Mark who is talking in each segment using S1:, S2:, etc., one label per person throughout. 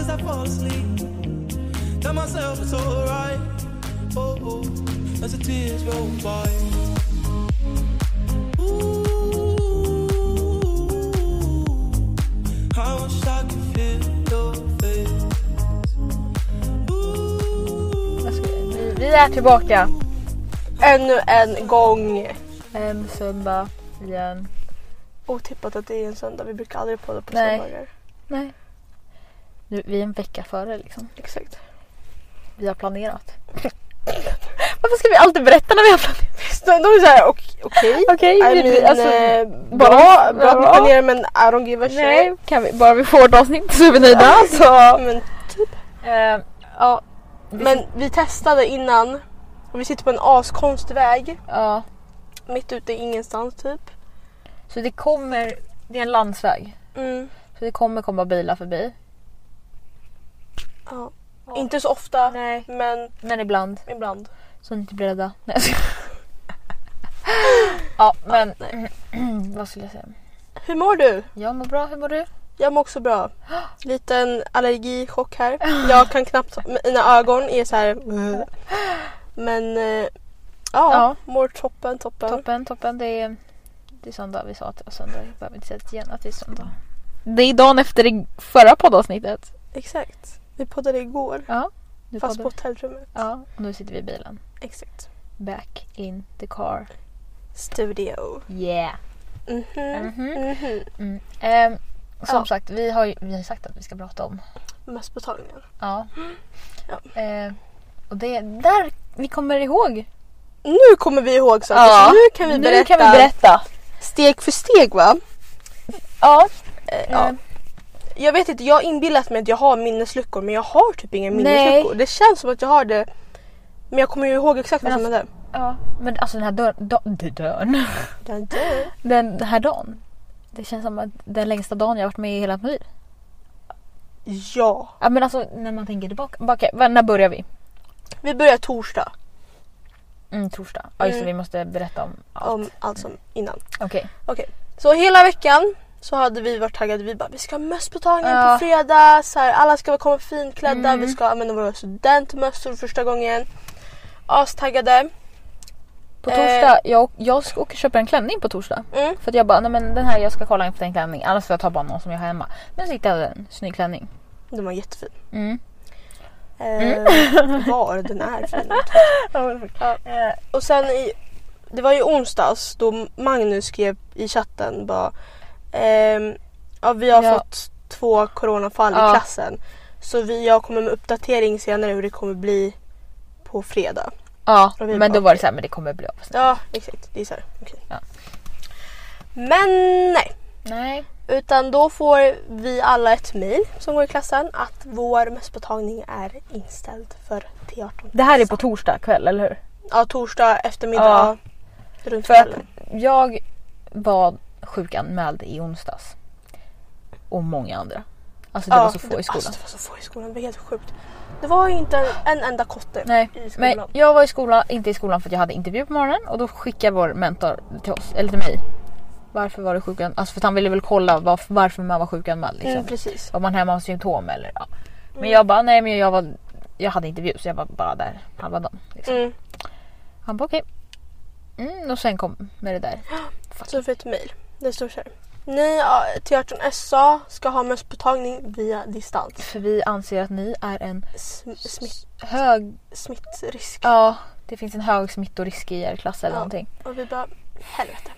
S1: as I fall asleep. Tell myself it's alright. Oh, oh, as the tears roll by. Ooh, I wish I could feel your face.
S2: Vad ska jag- vi- Vi är tillbaka. Ännu en gång.
S3: Ehm, söndag igen.
S2: Otippat att det är en söndag. Vi brukar aldrig podda på
S3: Nej.
S2: söndagar.
S3: Nej. Nu, vi är en vecka före liksom.
S2: Exakt.
S3: Vi har planerat. Varför ska vi alltid berätta när vi har planerat?
S2: Visst, de de är såhär ok- okej.
S3: Okej,
S2: I
S3: vi-
S2: mean,
S3: alltså,
S2: eh,
S3: bara-
S2: bra, bra att ni
S3: bra.
S2: planerar men I don't give a shit.
S3: Nej, kan vi, bara vi får ett avsnitt så är vi nöjda. Så.
S2: Men,
S3: Ehm, ja. Vi-
S2: men vi testade innan och vi sitter på en askonstig väg.
S3: ja.
S2: Mitt ute i ingenstans typ.
S3: Så det kommer, det är en landsväg.
S2: Mm.
S3: Så det kommer komma bilar förbi.
S2: Ja.
S3: Ja.
S2: Inte så ofta
S3: Nej.
S2: men
S3: Men ibland.
S2: ibland.
S3: Så ni inte blir rädda. Nej jag skojar. Ja men. Vad skulle jag säga?
S2: Hur mår du?
S3: Jag mår bra, hur mår du?
S2: Jag mår också bra. Liten allergichock här. Jag kan knappt, mina ögon är så här. Men eh, ja,
S3: Ja.
S2: mår toppen, toppen.
S3: Toppen, toppen. Det är, det är söndag. Vi sa att det var söndag. Jag behöver inte säga det igen att det är söndag. Det är dagen efter det förra poddavsnittet.
S2: Exakt. Vi poddade igår
S3: Nu
S2: fast på
S3: poddar-
S2: hotellrummet.
S3: Ja, och nu sitter vi i bilen.
S2: Exakt.
S3: Back in the car.
S2: Studio.
S3: Yeah.
S2: Mhm.
S3: Mhm.
S2: Mhm.
S3: Mm. Ehm, som
S2: Ja.
S3: sagt, vi har ju vi har ju sagt att vi ska prata om.
S2: Mössmottagningen.
S3: Ja.
S2: Ja.
S3: Ehm, och det är där vi kommer ihåg.
S2: Nu kommer vi ihåg saker
S3: Ja.
S2: så nu kan vi berätta.
S3: Nu kan vi berätta.
S2: Steg för steg va?
S3: Ja. Ehm,
S2: Eh, ja. Jag vet inte, jag har inbillat mig att jag har minnesluckor men jag har typ inga minnesluckor. Det känns som att jag har det men jag kommer ju ihåg exakt vad
S3: Men alltså,
S2: som hände.
S3: ja. Men alltså den här dörren. dö- dörren.
S2: Den dör.
S3: Den här dagen. Det känns som att den längsta dagen jag har varit med i hela mitt liv.
S2: Ja.
S3: Ja men alltså när man tänker tillbaka. tillbaka va- när börjar vi?
S2: Vi börjar torsdag
S3: Mm, torsdag. Ja just det,
S2: Mm.
S3: vi måste berätta om allt.
S2: om allt som innan.
S3: Okej.
S2: Så hela veckan så hade vi varit taggade. Vi bara vi ska ha mösspåtagning
S3: Ja.
S2: på fredag. Så här, alla ska komma finklädda.
S3: Mm.
S2: Vi ska använda våra studentmössor första gången. Astaggade.
S3: På
S2: Eh.
S3: torsdag, jag, jag ska åka och köpa en klänning på torsdag.
S2: Mm.
S3: För att jag bara, nej men den här jag ska kolla efter en klänning. Annars får jag ta bara någon som jag har hemma. Men så hittade jag en snygg klänning.
S2: Den var jättefin.
S3: Mm.
S2: Eh, var den är fin.
S3: Ja.
S2: Och sen i, det var ju onsdags då Magnus skrev i chatten bara ehm, ja, vi har
S3: Ja.
S2: fått två coronafall
S3: Ja.
S2: i klassen så vi, jag kommer med uppdatering senare hur det kommer bli på fredag.
S3: ja
S2: Och vi
S3: men då
S2: bara,
S3: var det såhär, men det kommer bli av.
S2: Ja exakt, det är så här. okej.
S3: Ja.
S2: Men nej,
S3: Nej.
S2: utan då får vi alla ett mejl som går i klassen att vår mässpåtagning är inställd för T18.
S3: Det här är på torsdag kväll, eller hur?
S2: Ja, torsdag eftermiddag.
S3: Ja.
S2: ja, Runt
S3: För att-
S2: kvällen.
S3: Jag var sjukanmäld i onsdags. Och många andra. Alltså det var så få i skolan.
S2: Alltså, det var så få i skolan, det var helt sjukt. Det var ju inte en, en enda kotte
S3: Nej,
S2: i skolan.
S3: Men jag var i skolan, inte i skolan för att jag hade intervju på morgonen och då skickade vår mentor till oss, eller till mig. Varför var du sjukanmäld? Alltså för att han ville väl kolla varf- varför man var sjukanmäld. Liksom.
S2: mm, precis.
S3: Var man hemma av symptom eller ja. Men jag bara, nej men jag var, jag hade intervju så jag var bara där halva dagen. Liksom.
S2: Mm.
S3: Han bara okej. Mm, och sen kom med det där.
S2: Så jag fick ett mejl. Det stod så här. Ni ja, till 18 SA ska ha mösspåtagning via distans.
S3: För vi anser att ni är en
S2: Sm- smitt,
S3: hög,
S2: smittrisk.
S3: ja det finns en hög smittorisk i er klass eller
S2: Ja.
S3: någonting.
S2: Och vi bara, helvete.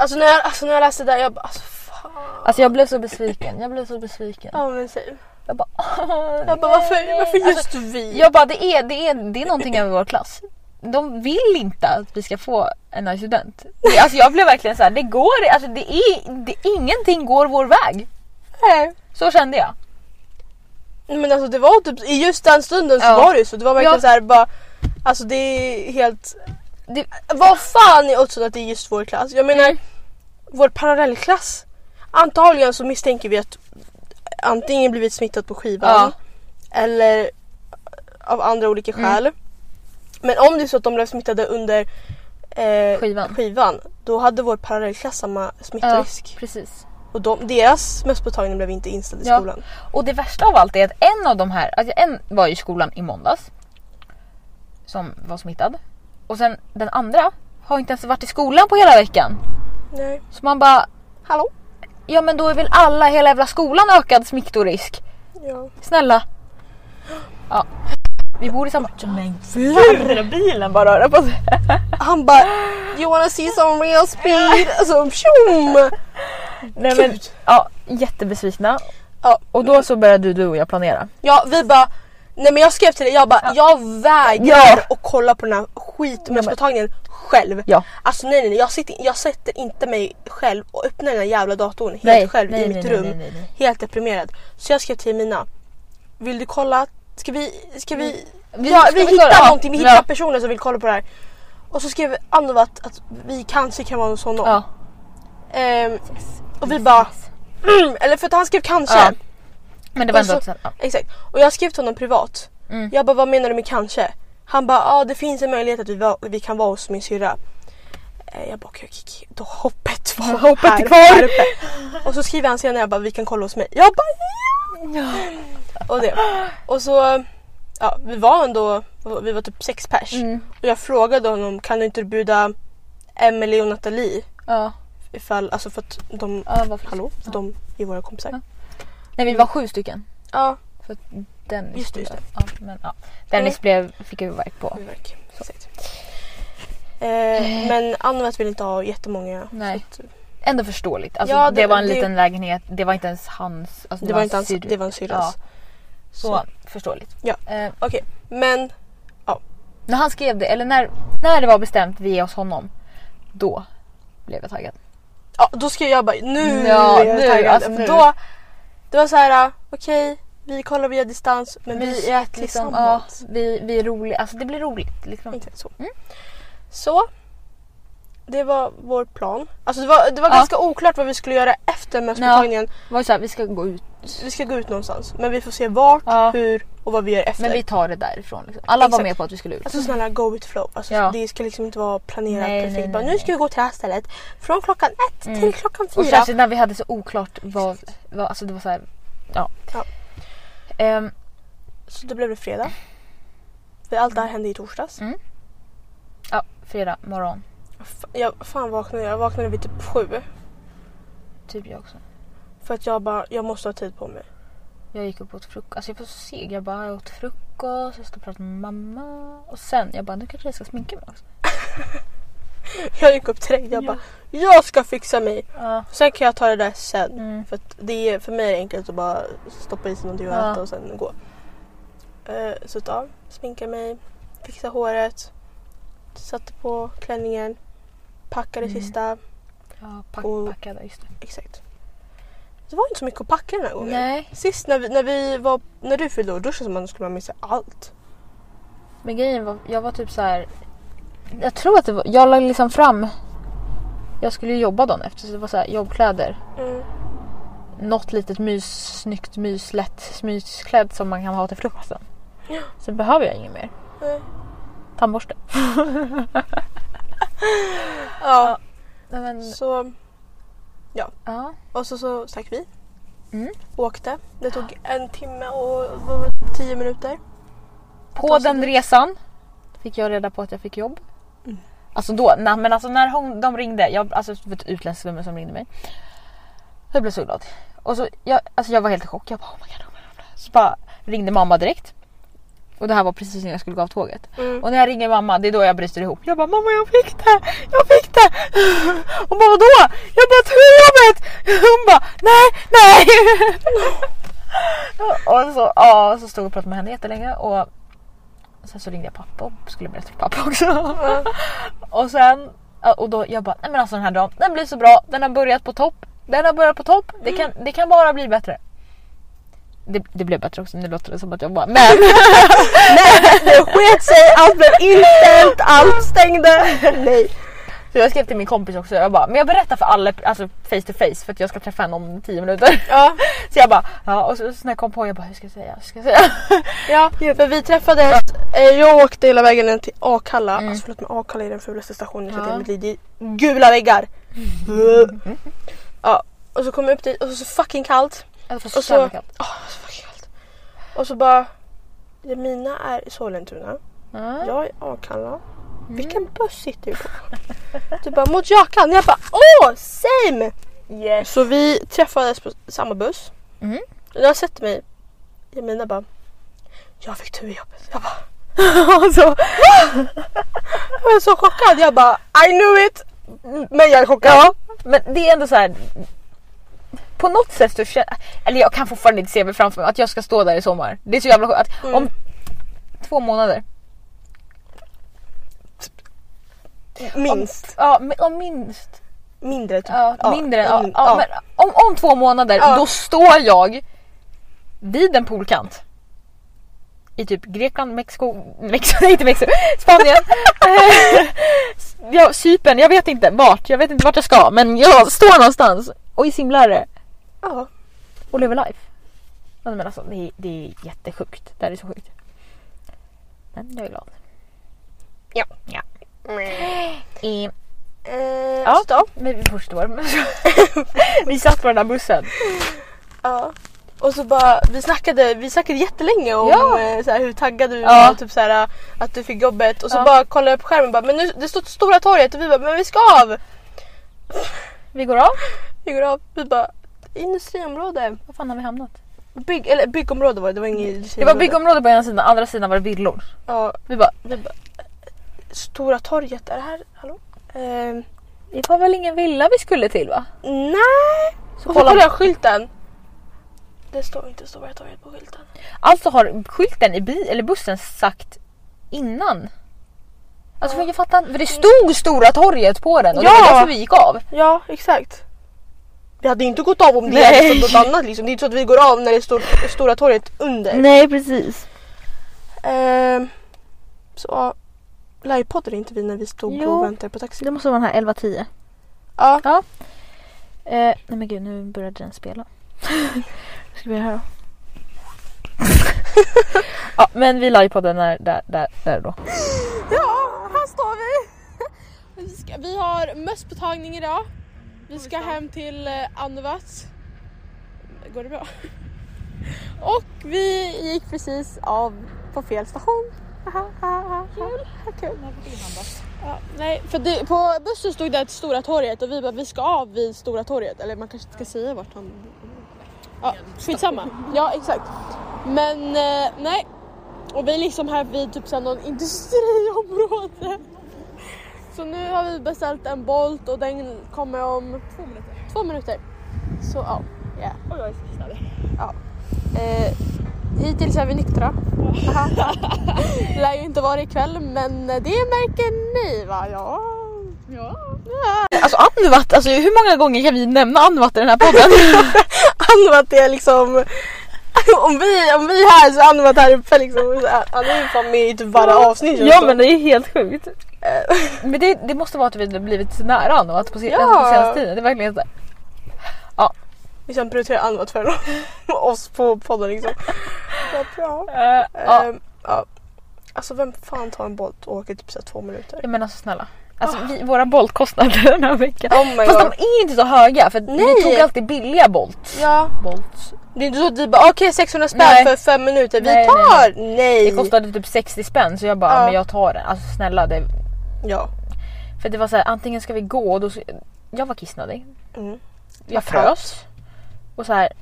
S2: Alltså när jag, alltså, när jag läste det där, jag bara, alltså fan.
S3: Alltså jag blev så besviken, jag blev så besviken.
S2: Ja men säg.
S3: Jag bara,
S2: Jag bara, varför, varför
S3: Alltså,
S2: just vi?
S3: Jag bara, det är, det är, det är någonting över vår klass. De vill inte att vi ska få en ny student. Det- Alltså jag blev verkligen så här, det går alltså det är, det, ingenting går vår väg.
S2: Nej.
S3: Så kände jag.
S2: Men alltså det var typ, i just den stunden så
S3: Ja.
S2: var det ju så. Det var verkligen
S3: Ja.
S2: så här bara, alltså det är helt
S3: Det,
S2: Vad fan är oddsen att det är just vår klass? Jag menar,
S3: Mm.
S2: vår parallellklass. Antagligen så misstänker vi att antingen blivit smittat på skivan eller av andra olika
S3: Mm.
S2: skäl. Men om det är så att de blev smittade under eh,
S3: Skivan.
S2: skivan, då hade vår parallellklass samma
S3: ja,
S2: smittrisk.
S3: precis.
S2: Och de, deras mösspåtagning blev inte inställd i
S3: Ja.
S2: skolan.
S3: Och det värsta av allt är att en av de här, alltså en var i skolan i måndags. Som var smittad. Och sen den andra har inte ens varit i skolan på hela veckan.
S2: Nej.
S3: Så man bara,
S2: Hallå?
S3: ja men då är väl alla, hela jävla skolan ökad smittorisk.
S2: Ja.
S3: Snälla. Ja. Vi bor i samma... Men gud! Bilen bara rörde på sig.
S2: Han bara “You wanna see some real speed?” Alltså tjom!
S3: Nej, men,
S2: Gud.
S3: ja, jättebesvikna.
S2: Ja.
S3: Och då så började du och jag planera.
S2: Ja vi bara Nej men jag skrev till dig, jag bara jag vägrar att kolla på den här skitmösspåtagningen själv.
S3: Ja.
S2: Alltså nej nej nej, jag, sitter, jag sätter inte mig själv och öppnar den här jävla datorn helt
S3: Nej,
S2: själv
S3: nej,
S2: i
S3: nej,
S2: mitt
S3: nej,
S2: rum.
S3: nej, nej, nej.
S2: Helt deprimerad. Så jag skrev till Mina, vill du kolla? Ska vi, ska vi,
S3: Mm. Vi-
S2: ja,
S3: ska
S2: vi
S3: vi
S2: hittar
S3: kolla? Ja,
S2: någonting, vi hittar
S3: ja.
S2: personer som vill kolla på det här. Och så skrev Anova att, att vi kanske kan vara hos honom.
S3: Ja.
S2: Ehm, och vi bara, mm, eller för att han skrev kanske.
S3: Ja. Men det var
S2: Och
S3: ändå...
S2: så-
S3: att- ja.
S2: Exakt. Och jag skrev till honom privat.
S3: Mm.
S2: Jag bara, vad menar du med kanske? Han bara, ja ah, det finns en möjlighet att vi, va- vi kan vara hos min syrra. Eh, Jag bara, okej, okej, okej. då hoppet var
S3: hoppet är
S2: här,
S3: kvar.
S2: här uppe. Och så skriver han senare, jag bara, vi kan kolla hos mig. Jag bara, ja! Och, det. och så, ja vi var ändå, vi var typ sex pers.
S3: Mm.
S2: Och jag frågade honom, kan du inte bjuda Emily och Nathalie?
S3: Ja.
S2: Ifall, alltså för att de,
S3: ja varför?
S2: hallå,
S3: Ja.
S2: de är våra kompisar.
S3: Ja. Nej vi var sju stycken.
S2: Ja,
S3: För att Dennis
S2: Just det, just det.
S3: blev- Ja, men, ja. Dennis
S2: Mm.
S3: blev, fick ju verk på.
S2: huvudvärk. Exakt. Eh, men Anvet vill inte ha jättemånga.
S3: Nej.
S2: Så att-
S3: Ändå förståeligt. Alltså,
S2: Ja,
S3: det,
S2: det-
S3: var en
S2: det-
S3: liten lägenhet. Det var inte ens hans. Alltså,
S2: Det var inte hans,
S3: syrr-
S2: det var en syrras.
S3: Ja. Så,
S2: Så.
S3: förståeligt.
S2: Ja.
S3: Eh,
S2: Okej, men
S3: när han skrev det, eller när, när det var bestämt vi är hos honom. Då blev jag taggad.
S2: ja, då ska jag bara nu
S3: Ja,
S2: är jag
S3: nu,
S2: taggad.
S3: alltså
S2: För
S3: nu.
S2: Då, det var så här, ah, okej vi kollar via distans men vi
S3: Mysigt,
S2: är
S3: liksom, ja,
S2: tillsammans.
S3: vi, vi är roliga. Alltså det blir roligt. Liksom.
S2: Exakt så.
S3: Mm.
S2: så, det var vår plan. Alltså det var, det var
S3: Ja.
S2: ganska oklart vad vi skulle göra efter mösspåtagningen.
S3: Det var ju så här, vi ska gå ut.
S2: Vi ska gå ut någonstans men vi får se vart,
S3: Ja.
S2: hur och vad vi gör efter.
S3: Men vi tar det därifrån. Liksom. Alla
S2: Exakt.
S3: var med på att vi skulle ut.
S2: Alltså snälla go with flow. Alltså,
S3: Ja.
S2: Det ska liksom inte vara planerat
S3: Nej,
S2: perfekt.
S3: nej, nej,
S2: Bara, nu
S3: nej.
S2: ska vi gå till det här stället från klockan ett
S3: Mm.
S2: till klockan
S3: Och
S2: Alltså, fyra.
S3: särskilt när vi hade så oklart vad, vad alltså det var så här, ja.
S2: Ja.
S3: Ehm,
S2: Så då blev det fredag. För Allt det här hände i torsdags.
S3: ja, fredag morgon.
S2: F- Jag, fan vaknade jag? Jag vaknade vid typ sju.
S3: Typ jag också.
S2: För att jag bara, jag måste ha tid på mig.
S3: Jag gick upp och åt frukost. Alltså jag var så seg. Jag bara, jag åt frukost, jag stod och pratade med mamma. Och sen, jag bara, nu kanske jag ska sminka mig också.
S2: Jag gick upp direkt. Jag
S3: Ja.
S2: bara, jag ska fixa mig.
S3: Ja.
S2: Sen kan jag ta det där sen.
S3: Mm.
S2: För, att det är, för mig är det enkelt att bara stoppa i sig någonting och
S3: Ja.
S2: äta och sen gå. Eh, så att, ja, sminka mig, fixa håret, satte på klänningen, packade
S3: Mm.
S2: sista.
S3: Ja, pack,
S2: Och-
S3: packade, just det.
S2: Exakt. Det var inte så mycket att packa den här gången.
S3: Nej,
S2: Sist när, vi, när, vi var, när du fyllde år, då kändes det som att man skulle man missa allt.
S3: men grejen var, jag var typ så här. Jag tror att det var, jag la liksom fram. Jag skulle ju jobba dagen efter så det var så här jobbkläder.
S2: Mm.
S3: något litet mys, snyggt mys, lätt mysklädd som man kan ha till frukosten. Sen behöver jag inget mer.
S2: Nej.
S3: Tandborste.
S2: Ja,
S3: Nej, men,
S2: så...
S3: ja.
S2: Och så, så stack vi.
S3: Mm. Ah.
S2: Åkte. Det tog en timme och tio minuter.
S3: På den resan fick jag reda på att jag fick jobb. Alltså då, nej, men alltså när hon, de ringde, jag, alltså det var ett utländskt nummer som ringde mig. Jag blev så glad. Och så, jag, alltså jag var helt i chock. Jag bara oh my god, oh my god. Så bara ringde mamma direkt. Och det här var precis när jag skulle gå av tåget.
S2: Mm.
S3: Och när jag ringer mamma, det är då jag bryter ihop. Jag bara mamma jag fick det! Jag fick det! Och mamma då? Jag bara tog jobbet! Hon bara nej, nej! och så, ja, så stod jag och pratade med henne jättelänge och sen så ringde jag pappa och skulle berätta för pappa också. och sen, ja, och då jag bara nej men alltså den här dagen, den blir så bra, den har börjat på topp. Den har börjat på topp, det kan, det kan bara bli bättre. Det, det blev bättre också, nu låter det som att jag bara men.
S2: Det sket sig, allt blev Alltså, inställt, allt stängde. Nej.
S3: Så jag skrev till min kompis också, jag bara, men jag berättar för alla alltså face to face för att jag ska träffa henne om 10 minuter.
S2: Ja,
S3: Så jag bara, ja och så, så när jag kom på jag bara, hur ska jag säga? Hur ska jag säga?
S2: ja, för vi träffades, eh, jag åkte hela vägen ner till Akalla.
S3: Mm.
S2: Alltså förlåt men Akalla är den fulaste stationen jag sett i
S3: Ja.
S2: mitt liv. Det är gula väggar. Ja, Och så kom jag upp dit och så fucking kallt.
S3: Eller fast
S2: Och
S3: så jävla
S2: så-
S3: kallt.
S2: Åh, så fucking kallt. Och så bara, ja, mina är i Sollentuna.
S3: Ja.
S2: Jag är i Akalla. Vilken buss sitter du på? Du bara, mot Jakan. Jag bara, åh, same!
S3: Yes.
S2: Så vi träffades på samma buss.
S3: Mm.
S2: Och jag sätter mig. Jemina bara, jag fick tur i jobbet. Jag bara, och så, jag är så chockad. Jag bara, I knew it! Men jag är chockad.
S3: Ja, men det är ändå så här. På något sätt så känner Eller jag kan fortfarande inte se mig framför mig att jag ska stå där i sommar. Det är så jävla skönt. att
S2: Mm.
S3: Om två månader.
S2: Minst.
S3: Ja, men- om minst.
S2: Mindre typ.
S3: Ja,
S2: Ja,
S3: mindre.
S2: en
S3: Ja,
S2: min-
S3: ja.
S2: ja.
S3: Men om, om två månader,
S2: Ja.
S3: då står jag vid en poolkant. I typ Grekland, Mexiko, Mexiko, nej inte Mexiko, Spanien. Eh, ja, Cypern, jag vet inte vart. Jag vet inte vart jag ska men jag står någonstans och simlar det.
S2: Ja.
S3: och lever life. Ja, Men alltså, det, är, det är jättesjukt. Det här är så sjukt. Men jag är glad.
S2: Ja.
S3: ja.
S2: Mm.
S3: I,
S2: Eh,
S3: Ja.
S2: så då.
S3: men vi förstår. vi satt på den där bussen.
S2: Ja. Och så bara, vi snackade, vi snackade jättelänge om
S3: Ja.
S2: eh, så här, hur taggad du
S3: Ja.
S2: var, typ så här, att du fick jobbet. Och så
S3: Ja.
S2: bara kollade jag på skärmen och bara, men nu, det står Stora torget och vi bara, men vi ska av!
S3: Vi går av.
S2: Vi går av, vi bara, industriområde.
S3: Var fan har vi hamnat?
S2: Bygg, eller byggområde var det, det var inget
S3: Det
S2: industriområde.
S3: var byggområde på ena sidan, andra sidan var det villor.
S2: Ja,
S3: Vi bara,
S2: vi bara, Stora torget, är det här, hallå? Eh,
S3: det var väl ingen villa vi skulle till va?
S2: nej!
S3: Så
S2: Och
S3: kollar-
S2: så kollade jag skylten. Det står inte Stora torget på skylten.
S3: Alltså har skylten i bi- eller bussen sagt innan. Alltså jag fattar inte, för det stod Stora torget på den och det
S2: Ja.
S3: var därför vi gick av.
S2: Ja, exakt. Vi hade inte gått av om det
S3: Nej.
S2: hade stått något annat liksom. Det är inte så att vi går av när det står Stora torget under.
S3: Nej precis.
S2: Ehm, så livepoddade inte vi när vi stod
S3: Jo.
S2: och väntade på taxi?
S3: Det måste vara den här 11.10.
S2: Ja.
S3: Eh, nej men gud, nu började den spela. Vad ska vi göra här då? ja, men vi livepodden där, där, där, där då.
S2: ja, här står vi. Vi, ska, vi har mösspåtagning idag. Vi ska hem till eh, Andevats. Går det bra? Och vi gick precis av på fel station. Kul. Kul. Ja, nej, för det, på bussen stod det att Stora torget och vi bara vi ska av vid Stora torget. Eller man kanske inte ska säga vart han... Ja, skitsamma. Ja, exakt. Men eh, nej. Och vi är liksom här vid typ såhär någon industriområde. Så nu har vi beställt en Bolt och den kommer om
S4: Två minuter.
S2: två minuter. Så ja.
S4: Och jag är skissnödig.
S2: Eh, hittills är vi nyktra. Aha. Lär ju inte vara ikväll men det märker ni va? Ja.
S4: Ja.
S3: Alltså Anvat, alltså hur många gånger kan vi nämna Anvat i den här podden?
S2: Anvat är liksom... Om vi, om vi är här så är Anvat här uppe liksom. Han är ju fan med i typ varje avsnitt.
S3: ja men det är helt sjukt. men det, det måste vara att vi har blivit så nära Anvat på, se-
S2: Ja.
S3: alltså, på senaste tiden. Det är verkligen så här.
S2: Vi sen Liksom prioriterar Anvat för oss på podden liksom. Vad bra.
S3: Eh, ja.
S2: Ehm, ja. Alltså vem fan tar en Bolt och åker typ så här två minuter?
S3: Men alltså snälla. Alltså vi, våra boltkostnader den här veckan.
S2: Oh my
S3: Fast
S2: god.
S3: de är inte så höga för vi
S2: Nej.
S3: tog alltid billiga bolt.
S2: Ja.
S3: Bolts.
S2: Det är inte så att vi bara okej 600 spänn
S3: Nej.
S2: för fem minuter. Vi
S3: Nej, nej,
S2: tar! Nej!
S3: Det kostade typ 60 spänn så jag bara,
S2: Ja.
S3: men jag tar den. Alltså snälla, det,
S2: Ja.
S3: För det var så här, antingen ska vi gå och då... ska- Jag var kissnödig.
S2: Mm.
S3: Jag frös. Och så här...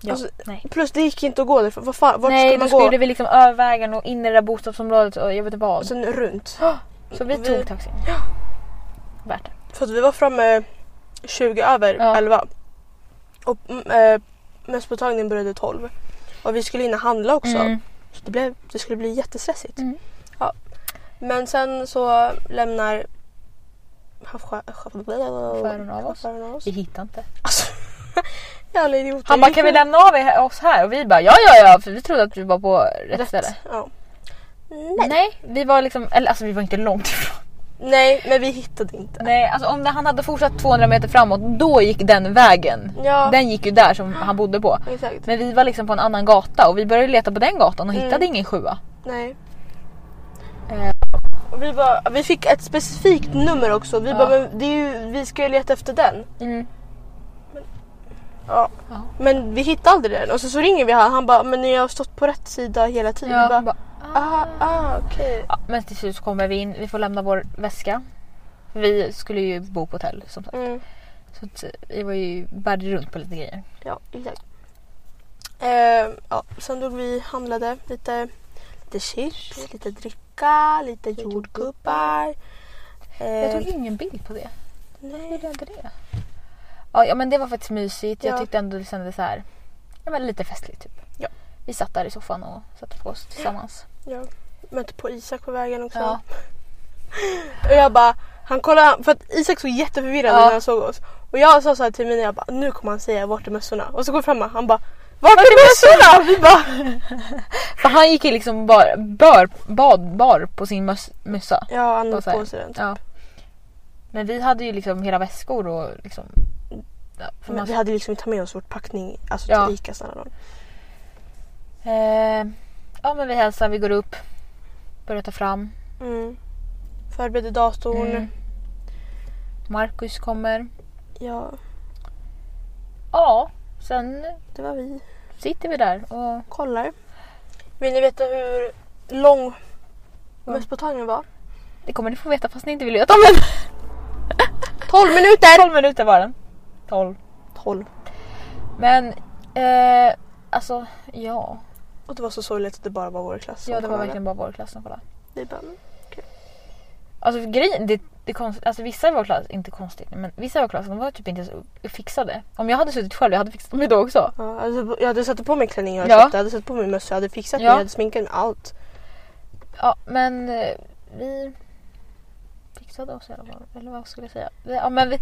S3: Ja,
S2: Alltså,
S3: nej.
S2: Plus det gick inte att gå därifrån. Vad fan, vart
S3: Nej,
S2: skulle
S3: då
S2: man gå?
S3: skulle vi liksom över vägen och in i det där bostadsområdet och jag vet inte
S2: Och
S3: vad.
S2: sen runt.
S3: Så vi
S2: vi-
S3: tog taxin. Värt det.
S2: För att vi var framme 20 över
S3: Ja.
S2: 11. Och mm, eh, mässpåtagningen började 12. Och vi skulle hinna handla också.
S3: Mm.
S2: Så det, blev, det skulle bli jättestressigt.
S3: Mm.
S2: Ja. Men sen så lämnar chauffören
S3: Chauffören av oss.
S2: Chauffören av oss.
S3: Vi hittade inte.
S2: Alltså, jävla idioter.
S3: Han bara, kan vi lämna av er- oss här? Och vi bara, ja ja ja, för vi trodde att vi var på rätt, ställe.
S2: Ja.
S3: Nej.
S2: Nej.
S3: vi var liksom, eller alltså vi var inte långt ifrån.
S2: Nej, men vi hittade inte.
S3: Nej, alltså om han hade fortsatt 200 meter framåt, då gick den vägen.
S2: Ja,
S3: Den gick ju där som han bodde på.
S2: exakt.
S3: Men vi var liksom på en annan Mm. gata och vi började leta på den gatan och
S2: Mm.
S3: hittade ingen sjua.
S2: Nej. Och vi, bara, vi fick ett specifikt nummer också. Vi
S3: Ja.
S2: bara, men det är ju, vi ska ju leta efter den.
S3: Mm.
S2: Ja.
S3: Ja.
S2: Men vi hittade aldrig den. Och så, så ringer vi han. Han bara, men ni har stått på rätt sida hela tiden.
S3: Ja,
S2: vi bara,
S3: bara,
S2: ah, ah okej.
S3: ja, men till slut så kommer vi in, vi får lämna vår väska. Vi skulle ju bo på hotell som sagt.
S2: Mm.
S3: Så att eh, vi var ju bärde runt på lite grejer.
S2: Ja, exakt. Eh, ja, sen drog vi handlade lite, lite chips, lite dricka, lite jordgubbar. Eh,
S3: Jag tog ingen bild på det.
S2: nej.
S3: Gjorde jag inte det? Ja, ja men det var faktiskt mysigt. Jag
S2: Ja.
S3: tyckte ändå det kändes så här, ja, men lite festligt typ.
S2: Ja.
S3: Vi satt där i soffan och satte på oss tillsammans.
S2: Ja, mötte på Isak på vägen också.
S3: Ja.
S2: Och jag bara, han kollade, för att Isak såg jätteförvirrad ut
S3: Ja.
S2: när han såg oss. Och jag sa så här till Mina, jag bara, nu kommer han säga vart är mössorna? Och så går vi fram och han bara, vart är mössorna? Vi bara,
S3: För han gick ju liksom bar, bör, bad, bar på sin möss, mössa.
S2: ja han
S3: Vad
S2: har
S3: säger
S2: på sig den.
S3: Ja. Men vi hade ju liksom hela väskor och liksom... Ja, för
S2: Men
S3: man,
S2: vi hade liksom inte med oss vårt packning alltså
S3: Ja.
S2: till Ica snälla nån.
S3: eh, ja men vi hälsar, vi går upp. Börjar ta fram.
S2: Mm. Förberedde datorn.
S3: Mm. Marcus kommer.
S2: Ja,
S3: Ja, sen
S2: det var vi.
S3: sitter vi där och...
S2: Kollar. Vill ni veta hur lång
S3: Ja.
S2: mösspåtagningen var?
S3: Det kommer ni få veta fast ni inte vill veta men...
S2: 12 minuter!
S3: 12 minuter var den. 12.
S2: 12.
S3: Men eh, alltså ja.
S2: Och det var så sorgligt att det bara var vår klass som
S3: Ja det var
S2: kollade.
S3: verkligen bara vår klass som kollade.
S2: Vi bara, mm.
S3: Alltså för grejen, det, det konst, alltså vissa i vår klass, inte konstigt, men vissa i vår klass de var typ inte ens fixade. Om jag hade suttit själv, jag hade fixat mig då också.
S2: Ja, alltså, jag hade satt på mig klänning och
S3: Ja.
S2: jag köpte, jag hade satt på mig mössa, jag hade fixat mig,
S3: Ja.
S2: jag hade sminkat mig, allt.
S3: Ja men eh, vi fixade oss i alla fall. Eller vad skulle jag säga? Vi- Ja men vi,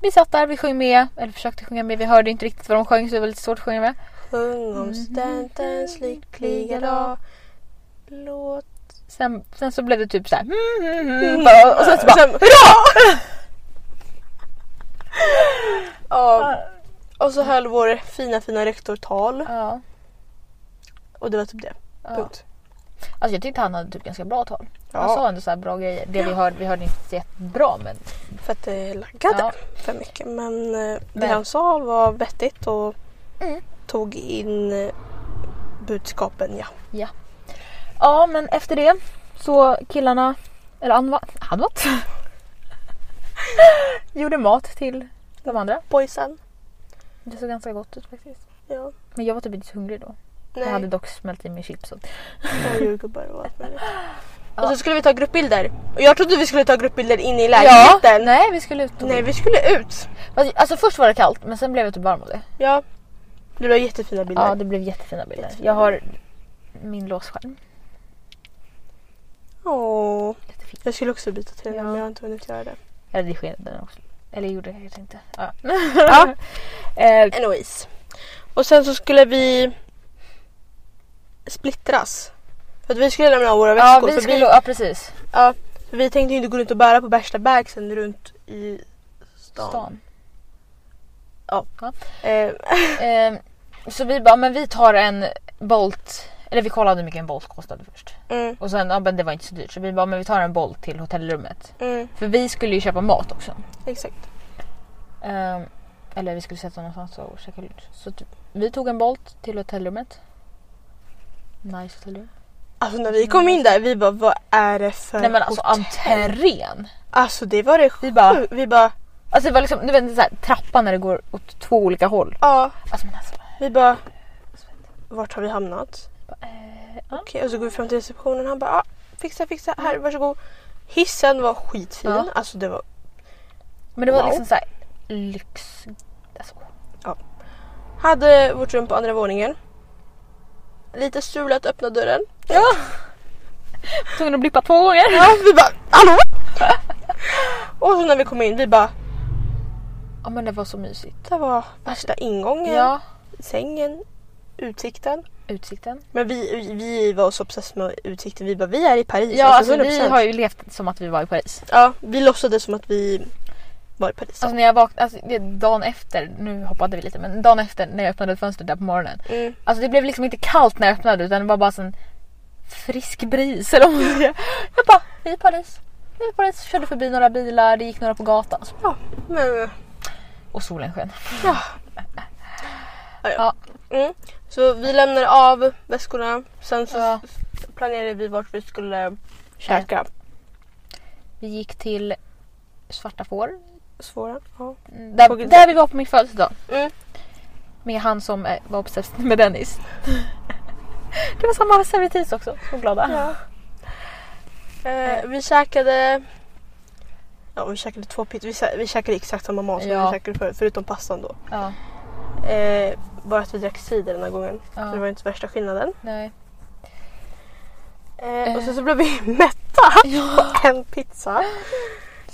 S3: vi satt där, vi sjöng med, eller försökte sjunga med. Vi hörde inte riktigt vad de sjöng så det var lite svårt att sjunga med.
S2: Sjung
S3: Mm.
S2: om studentens lyckliga dag. Låt...
S3: Sen, sen så blev det typ såhär mm, mm, mm, bara- och sen så bara
S2: hurra! ja, och så höll vår fina fina rektor tal
S3: ja,
S2: och det var typ det.
S3: ja.
S2: Punkt.
S3: Alltså jag tyckte han hade typ ganska bra tal. Han
S2: Ja,
S3: sa ändå så här bra grejer. Det vi hörde, vi hörde inte så jättebra men
S2: för att det laggade
S3: ja,
S2: för mycket. Men eh, det
S3: Men-
S2: han sa var vettigt och
S3: Mm.
S2: tog in eh, budskapen ja.
S3: Ja, men efter det så killarna, eller Anva, Anvat, gjorde mat till de andra.
S2: Boysen.
S3: Det såg ganska gott ut faktiskt.
S2: Ja.
S3: Men jag var typ inte så hungrig då. Jag hade dock smält i mig chips. så-
S2: Och jordgubbar och allt möjligt.
S3: Ja.
S2: Och så skulle vi ta gruppbilder. Och jag trodde vi skulle ta gruppbilder inne i lägenheten.
S3: nej vi skulle ut. och-
S2: Nej, vi skulle ut.
S3: Fast- Alltså först var det kallt men sen blev jag typ varm av det.
S2: Ja. Det var jättefina bilder.
S3: Ja
S2: Ja,
S3: det blev jättefina bilder.
S2: Jättefina
S3: Jag har min låsskärm.
S2: Åh.
S3: Jättefin.
S2: Jag skulle också byta till den
S3: Ja.
S2: men jag har inte hunnit göra det.
S3: Jag redigerade den också. Eller jag gjorde jag kanske inte. Ja.
S2: Ja.
S3: Eh,
S2: Anyways. Och sen så skulle vi splittras. För att vi skulle lämna våra
S3: ja
S2: väskor.
S3: vi
S2: för
S3: skulle,
S2: vi,
S3: ja precis.
S2: ja, för vi tänkte ju inte gå runt och bära på värsta bagsen runt i stan.
S3: Stan.
S2: Ja.
S3: ja.
S2: Eh,
S3: Ehm, så vi bara, men vi tar en Bolt. Eller vi kollade hur mycket en Bolt kostade först.
S2: mm,
S3: Och sen, ja men det var inte så dyrt. Så vi bara, men vi tar en Bolt till hotellrummet.
S2: mm,
S3: För vi skulle ju köpa mat också.
S2: exakt.
S3: Ehm, eller vi skulle sätta oss någonstans och käka lunch. Så typ, vi tog en Bolt till hotellrummet. Nice hotellrum.
S2: Alltså när vi kom in där vi bara vad är det för
S3: Nej men alltså
S2: Äh, hotell?
S3: entrén.
S2: Alltså det var det
S3: Vi bara,
S2: sjukt. Vi bara
S3: alltså det var liksom, du vet så här, trappan när det går åt två olika håll.
S2: ja,
S3: Alltså men alltså.
S2: vi bara vart har vi hamnat?
S3: eh, ja.
S2: Okej, och så går vi fram till receptionen han bara ah, fixa fixa här varsågod. Hissen var skitfin.
S3: Ja.
S2: Alltså det var
S3: Men det var
S2: Wow.
S3: liksom så här lyx. Alltså,
S2: hade vårt rum på andra våningen. Lite strul att öppna dörren.
S3: tvungen att blippa två gånger.
S2: Ja, vi bara hallå? och så när vi kom in vi bara
S3: Ja men det var så mysigt.
S2: det var värsta ingången,
S3: Ja.
S2: sängen, utsikten.
S3: Utsikten.
S2: Men vi, vi var så obsessed med utsikten. Vi bara, vi är i Paris.
S3: Ja alltså, vi
S2: 100%.
S3: har ju levt som att vi var i Paris.
S2: Ja, vi låtsades som att vi var i Paris.
S3: Alltså när jag vaknade, alltså, det- dagen efter, nu hoppade vi lite men dagen efter när jag öppnade fönstret där på morgonen.
S2: Mm.
S3: Alltså det blev liksom inte kallt när jag öppnade utan det var bara sån frisk bris eller vad man säger. Jag bara, vi är i Paris. Vi är i Paris, körde förbi några bilar, det gick några på gatan. Så-
S2: Men,
S3: Och solen sken.
S2: mm. Så vi lämnade av väskorna. Sen så
S3: Ja.
S2: planerade vi vart vi skulle käka.
S3: Eh, Vi gick till Svarta får.
S2: Svåra. Ja.
S3: Där, där vi var på min födelsedag.
S2: Mm.
S3: Med han som eh, var obsessed med Dennis. Det var samma servitris också, så glada.
S2: Eh, vi käkade... Ja, vi käkade två pizzor. Vi, sä- vi käkade exakt samma mat som
S3: Ja.
S2: vi käkade förut, förutom pastan då.
S3: Ja,
S2: Eh, bara att vi drack cider den här gången.
S3: ja,
S2: Så det var inte värsta skillnaden.
S3: nej.
S2: Eh, och
S3: Eh.
S2: sen så blev vi mätta
S3: Ja.
S2: på en pizza.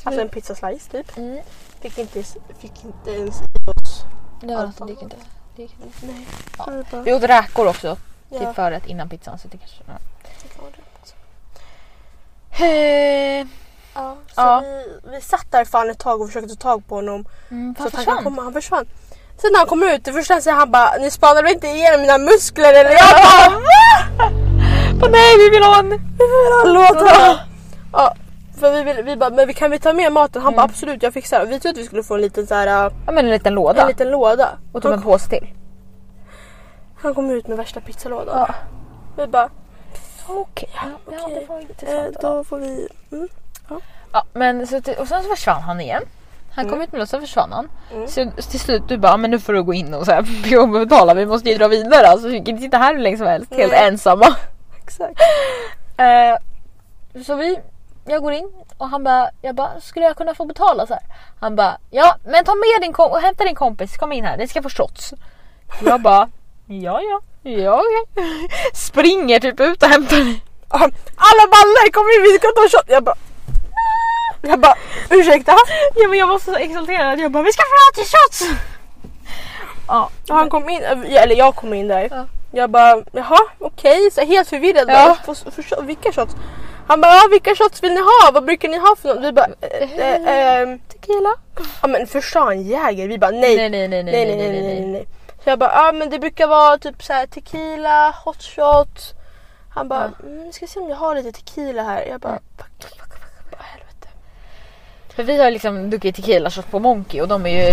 S2: Alltså en pizzaslice typ.
S3: Mm.
S2: Fick inte, fick inte ens i oss.
S3: Ja,
S2: Allt
S3: det gick inte. Det gick inte.
S2: Nej.
S3: Ja. typ.
S2: Så det bara-
S3: Vi åt räkor också till
S2: Ja.
S3: förrätt innan pizzan. Så det kanske, ja.
S2: Ja, så
S3: Ja.
S2: Vi, vi satt där fan ett tag och försökte ta tag på honom.
S3: Mm,
S2: så
S3: han
S2: att
S3: försvann.
S2: Han, kom, han försvann. Sen när han kom ut, det första säger han bara Ni spanade väl inte igenom mina muskler eller? Jag bara
S3: Åh, nej, vi vill ha en!
S2: Förlåt! honom." ja, för vi, ville- vi bara, men vi kan vi ta med maten? Han bara
S3: Mm.
S2: absolut jag fixar det. Vi trodde att vi skulle få en liten, så här,
S3: Ja, men en liten låda.
S2: en liten låda.
S3: Och typ en påse till.
S2: Han kom ut med värsta pizzalådan.
S3: Ja.
S2: Vi bara,
S3: Okej. Ja,
S2: okej.
S3: det var
S2: eh,
S3: intressant.
S2: då får vi... Mm.
S3: Ja, men så till, och sen så försvann han igen. Han kom ut med oss, sen försvann han.
S2: Mm.
S3: Så till slut du bara, men nu får du gå in och så här, be om att betala, vi måste ju dra vidare. Alltså, vi kan inte sitta här hur länge som helst, helt
S2: Nej.
S3: ensamma.
S2: Exakt.
S3: Eh, så vi, jag går in och han bara, jag bara, skulle jag kunna få betala så här? Han bara, ja men ta med din kompis och hämta din kompis, kom in här, ni ska få shots. Jag bara, ja ja, ja okej. Springer typ ut och hämtar.
S2: Han, Alla ballar kom in, vi ska ta en shot! Jag bara... Jag bara, ursäkta?
S3: Ja men jag var så exalterad att jag bara, vi ska få till shots! Ja,
S2: Och han kom in, äh, eller jag kom in där.
S3: Ja.
S2: Jag bara jaha okej, så helt förvirrad.
S3: Ja.
S2: bara, För, för, för, vilka shots? Han bara ja, vilka shots vill ni ha? Vad brukar ni ha för något? Vi bara eh, eh, ehm,
S3: tequila.
S2: ja men först sa han jäger. Vi bara nej.
S3: Nej nej nej nej nej nej nej.
S2: nej. Så jag bara ja men det brukar vara typ så här tequila, hot shot. Han bara mm, ska se om jag har lite tequila här. Jag bara fuck, fuck, fuck, fuck, helvete.
S3: För vi har liksom druckit tequila shots på Monkey och de är ju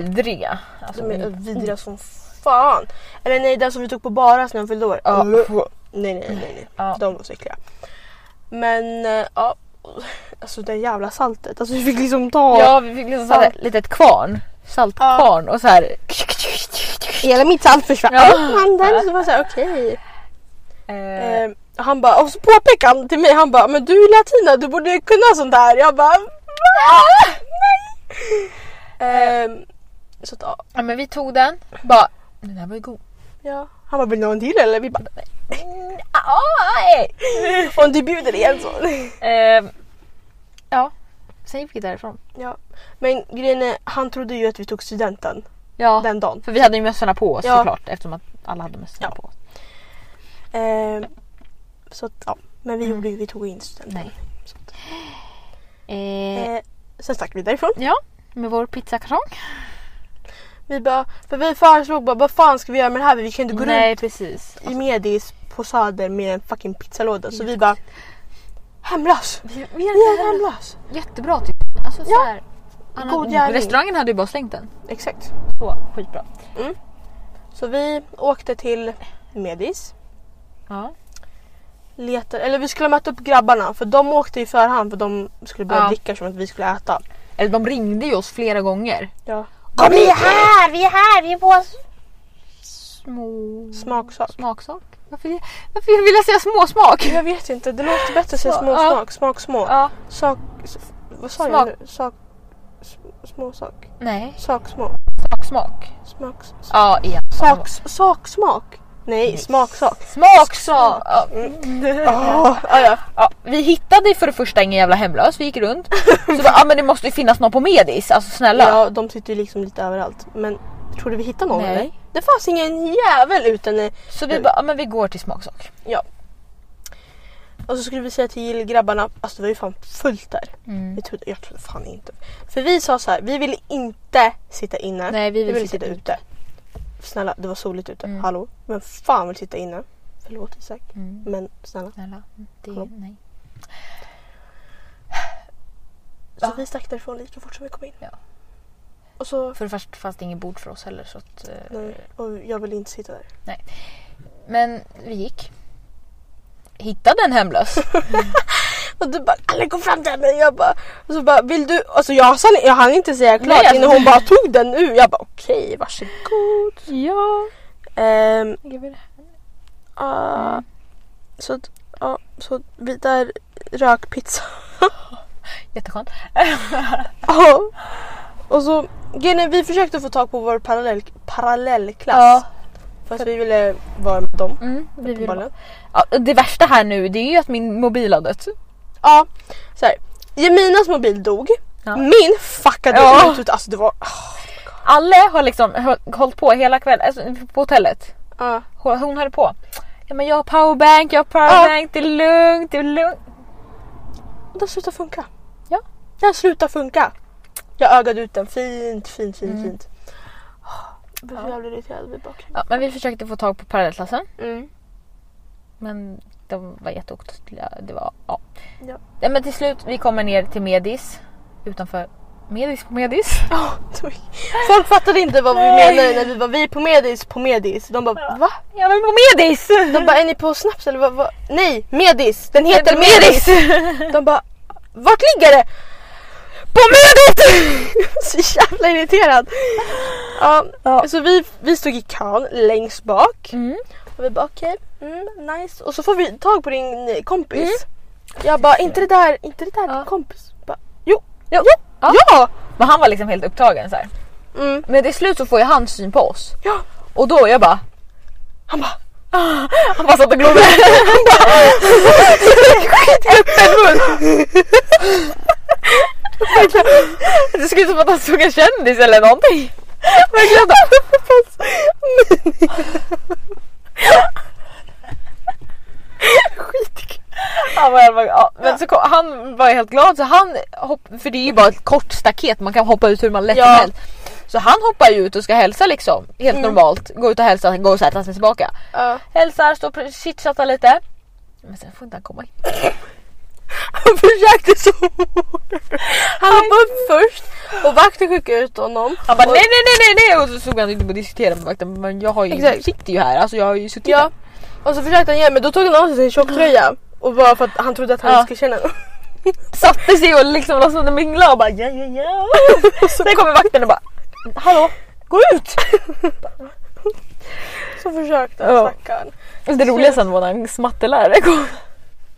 S3: vidriga. Alltså,
S2: De är vidriga som fan. Eller nej den som vi tog på baras när jag fyllde år.
S3: Ja.
S2: Nej nej nej. nej.
S3: ja.
S2: De var så äckliga. Men eh, ja, alltså det jävla saltet. Alltså vi fick liksom ta
S3: Ja, vi fick liksom så här, ett litet kvarn. Saltkvarn och så här.
S2: hela mitt salt försvann
S3: Ja.
S2: ur handen. Så var jag så här, okej.
S3: Eh,
S2: Eh, han bara, och så påpekade han till mig, han bara men du är latina, du borde kunna sånt här. Jag bara "Va? nej. Eh, så att ja.
S3: ja, men vi tog den. Bara, den här var ju god.
S2: ja. Han bara vill du ha en till eller? Vi bara nej.
S3: Aj!
S2: Om du bjuder igen så.
S3: Eh, ja, sen gick vi därifrån.
S2: ja. Men grejen är, han trodde ju att vi tog studenten
S3: Ja,
S2: den dagen.
S3: för vi hade ju mössorna på oss
S2: Ja.
S3: såklart eftersom att alla hade mössorna
S2: Ja.
S3: på oss.
S2: Eh, så att ja. Men vi, gjorde, ju- vi tog ju inte studenten.
S3: Mm. Nej. Eh,
S2: Eh, sen stack vi därifrån.
S3: ja, med vår pizzakartong.
S2: Vi bara, för vi föreslog bara vad fan ska vi göra med det här? Vi kan ju inte gå
S3: Nej, precis.
S2: runt i Medis på Söder med en fucking pizzalåda. Så vi bara hemlös!
S3: Vi,
S2: Vi är hemlös!
S3: Jättebra typ. Alltså, så här,
S2: God gärning.
S3: Restaurangen hade ju bara slängt den.
S2: Exakt.
S3: Så, skitbra.
S2: Så vi åkte till Medis.
S3: Ja.
S2: Letar, eller vi skulle möta upp grabbarna för de åkte i förhand för de skulle börja
S3: Ja.
S2: dricka som att vi skulle äta.
S3: Eller de ringde ju oss flera gånger.
S2: Ja.
S3: Kom vi är här, vi är här, vi är på s- små...
S2: Smaksak.
S3: Smaksak? Varför, varför vill jag säga småsmak?
S2: Jag vet inte, det låter bättre att säga
S3: Så,
S2: små
S3: ja.
S2: smak, smak små.
S3: Ja.
S2: Sak, s- vad sa
S3: Smak.
S2: jag nu? Sak, s- små sak.
S3: Nej,
S2: Sak små.
S3: smaksmak.
S2: Smak, s-
S3: Ja, igen.
S2: Sak, saksmak? Nej, smaksak.
S3: Smaksak! Ja.
S2: Oh, ja, ja.
S3: Ja, vi hittade för det första ingen jävla hemlös, vi gick runt. Så bara, ja men det måste ju finnas någon på Medis, alltså snälla.
S2: ja, de sitter ju liksom lite överallt. Men tror du vi hittar någon
S3: Nej.
S2: eller? Det fanns ingen jävel ute. när-
S3: Så vi bara, ja men vi går till smaksak.
S2: Och så skulle vi säga till grabbarna, alltså det var ju fan fullt där.
S3: Mm.
S2: Vi trodde, jag trodde fan inte. För vi sa så här, vi ville inte sitta inne.
S3: Nej, vi
S2: vi
S3: vill
S2: ville
S3: sitta
S2: sitta ute. Snälla, det var soligt ute.
S3: Mm.
S2: Hallå? Men fan vill sitta inne? Förlåt Isak.
S3: Mm.
S2: Men snälla.
S3: Snälla. Det,
S2: Kom.
S3: nej.
S2: Så
S3: Va?
S2: vi stack därifrån lika fort som vi kom in.
S3: Ja.
S2: Och så...
S3: För det första fanns det inget bord för oss heller. Så att, eh,
S2: Nej, och jag ville inte sitta där.
S3: Men vi gick. Hittade en hemlös.
S2: Och du bara “Alla kom fram till mig” jag bara... Och så bara “Vill du?” Alltså jag, sa, jag hann inte säga klart
S3: Nej, alltså
S2: innan hon bara tog den ur. Jag bara “Okej, varsågod”.
S3: ja.
S2: Ehm,
S3: Gud.
S2: ah,
S3: Mm.
S2: Så att, ja, så vi där rök pizza.
S3: Jätteskönt.
S2: Ja. Och så, grejen är, vi försökte få tag på vår parallell, parallellklass.
S3: Ja.
S2: Fast vi ville vara med dem.
S3: Mm, vi vill
S2: uppenbarligen.
S3: Ja, och det värsta här nu det är ju att min mobil har dött.
S2: Ja, så här. Jeminas mobil dog.
S3: Ja.
S2: Min fuckade
S3: Ja.
S2: ut. Alltså det var...
S3: Alle har liksom hå- hållit på hela kvällen, alltså på hotellet.
S2: Ja.
S3: Hon, hon höll på. Ja, men jag har powerbank, jag har powerbank, det är lugnt, det är lugnt.
S2: Och den slutade funka.
S3: Ja.
S2: Den slutade funka. Jag ögade ut den fint, fint, fint, fint. Mm. Jag blev så jävla irriterad. Vi bara,
S3: Ja, men vi försökte få tag på parallellklassen
S2: mm.
S3: men de var jätteotydliga. Det var, ja.
S2: Ja.
S3: Nej, men till slut, vi kommer ner till Medis utanför Medis på Medis.
S2: Ja, det var- Folk fattade inte vad vi menade när vi var vi på medis på medis. De bara va?
S3: Ja men på Medis!
S2: De bara är ni på snaps eller vad? vad? Nej, medis! Den heter
S3: Heter Medis.
S2: medis! De bara vart ligger det? På medis! Så jävla irriterad. Ja,
S3: Ja.
S2: Så vi, vi stod i kön längst bak.
S3: Mm.
S2: Och vi bara okej, mm, nice. Och så får vi tag på din eh, kompis. Jag bara inte det där, inte det där
S3: Mm. Ja.
S2: din kompis. Bara, jo,
S3: Jo. Ja.
S2: ja!
S3: Men han var liksom helt upptagen så här.
S2: Mm.
S3: Men till slut så får ju han syn på oss.
S2: Ja.
S3: Och då jag bara...
S2: Han bara "Ah."
S3: Han bara satt och glodde. Det såg ut som att han såg en kändis eller någonting. Verkligen bara...
S2: skitkul.
S3: Han var, helt- ja, men så kom, han var ju helt glad så han hopp, för det är ju bara ett kort staket man kan hoppa ut hur man lätt
S2: Ja.
S3: som helst. Så han hoppar ju ut och ska hälsa liksom helt normalt. Gå ut och hälsa, gå och sätta sig tillbaka.
S2: Ja.
S3: Hälsar, står och chitchattar lite. Men sen får inte han komma in.
S2: Han försökte så hårt. Han hoppade upp först och vakten skickade ut honom.
S3: Han bara
S2: Och-
S3: nej nej nej nej nej och så såg han inte på att diskutera med vakten men jag har ju,
S2: Exakt.
S3: sitter ju här alltså jag har ju suttit
S2: Ja. Och så försökte han igen men då tog han av sig sin tjocktröja. Och bara för att han trodde att han
S3: Ja.
S2: skulle känna någon.
S3: där. Satte sig och liksom låtsades mingla och bara ja ja ja. Sen kommer vakten och bara hallå gå ut!
S2: Så försökte
S3: Ja.
S2: han stackaren.
S3: Det roliga sen var när hans mattelärare kom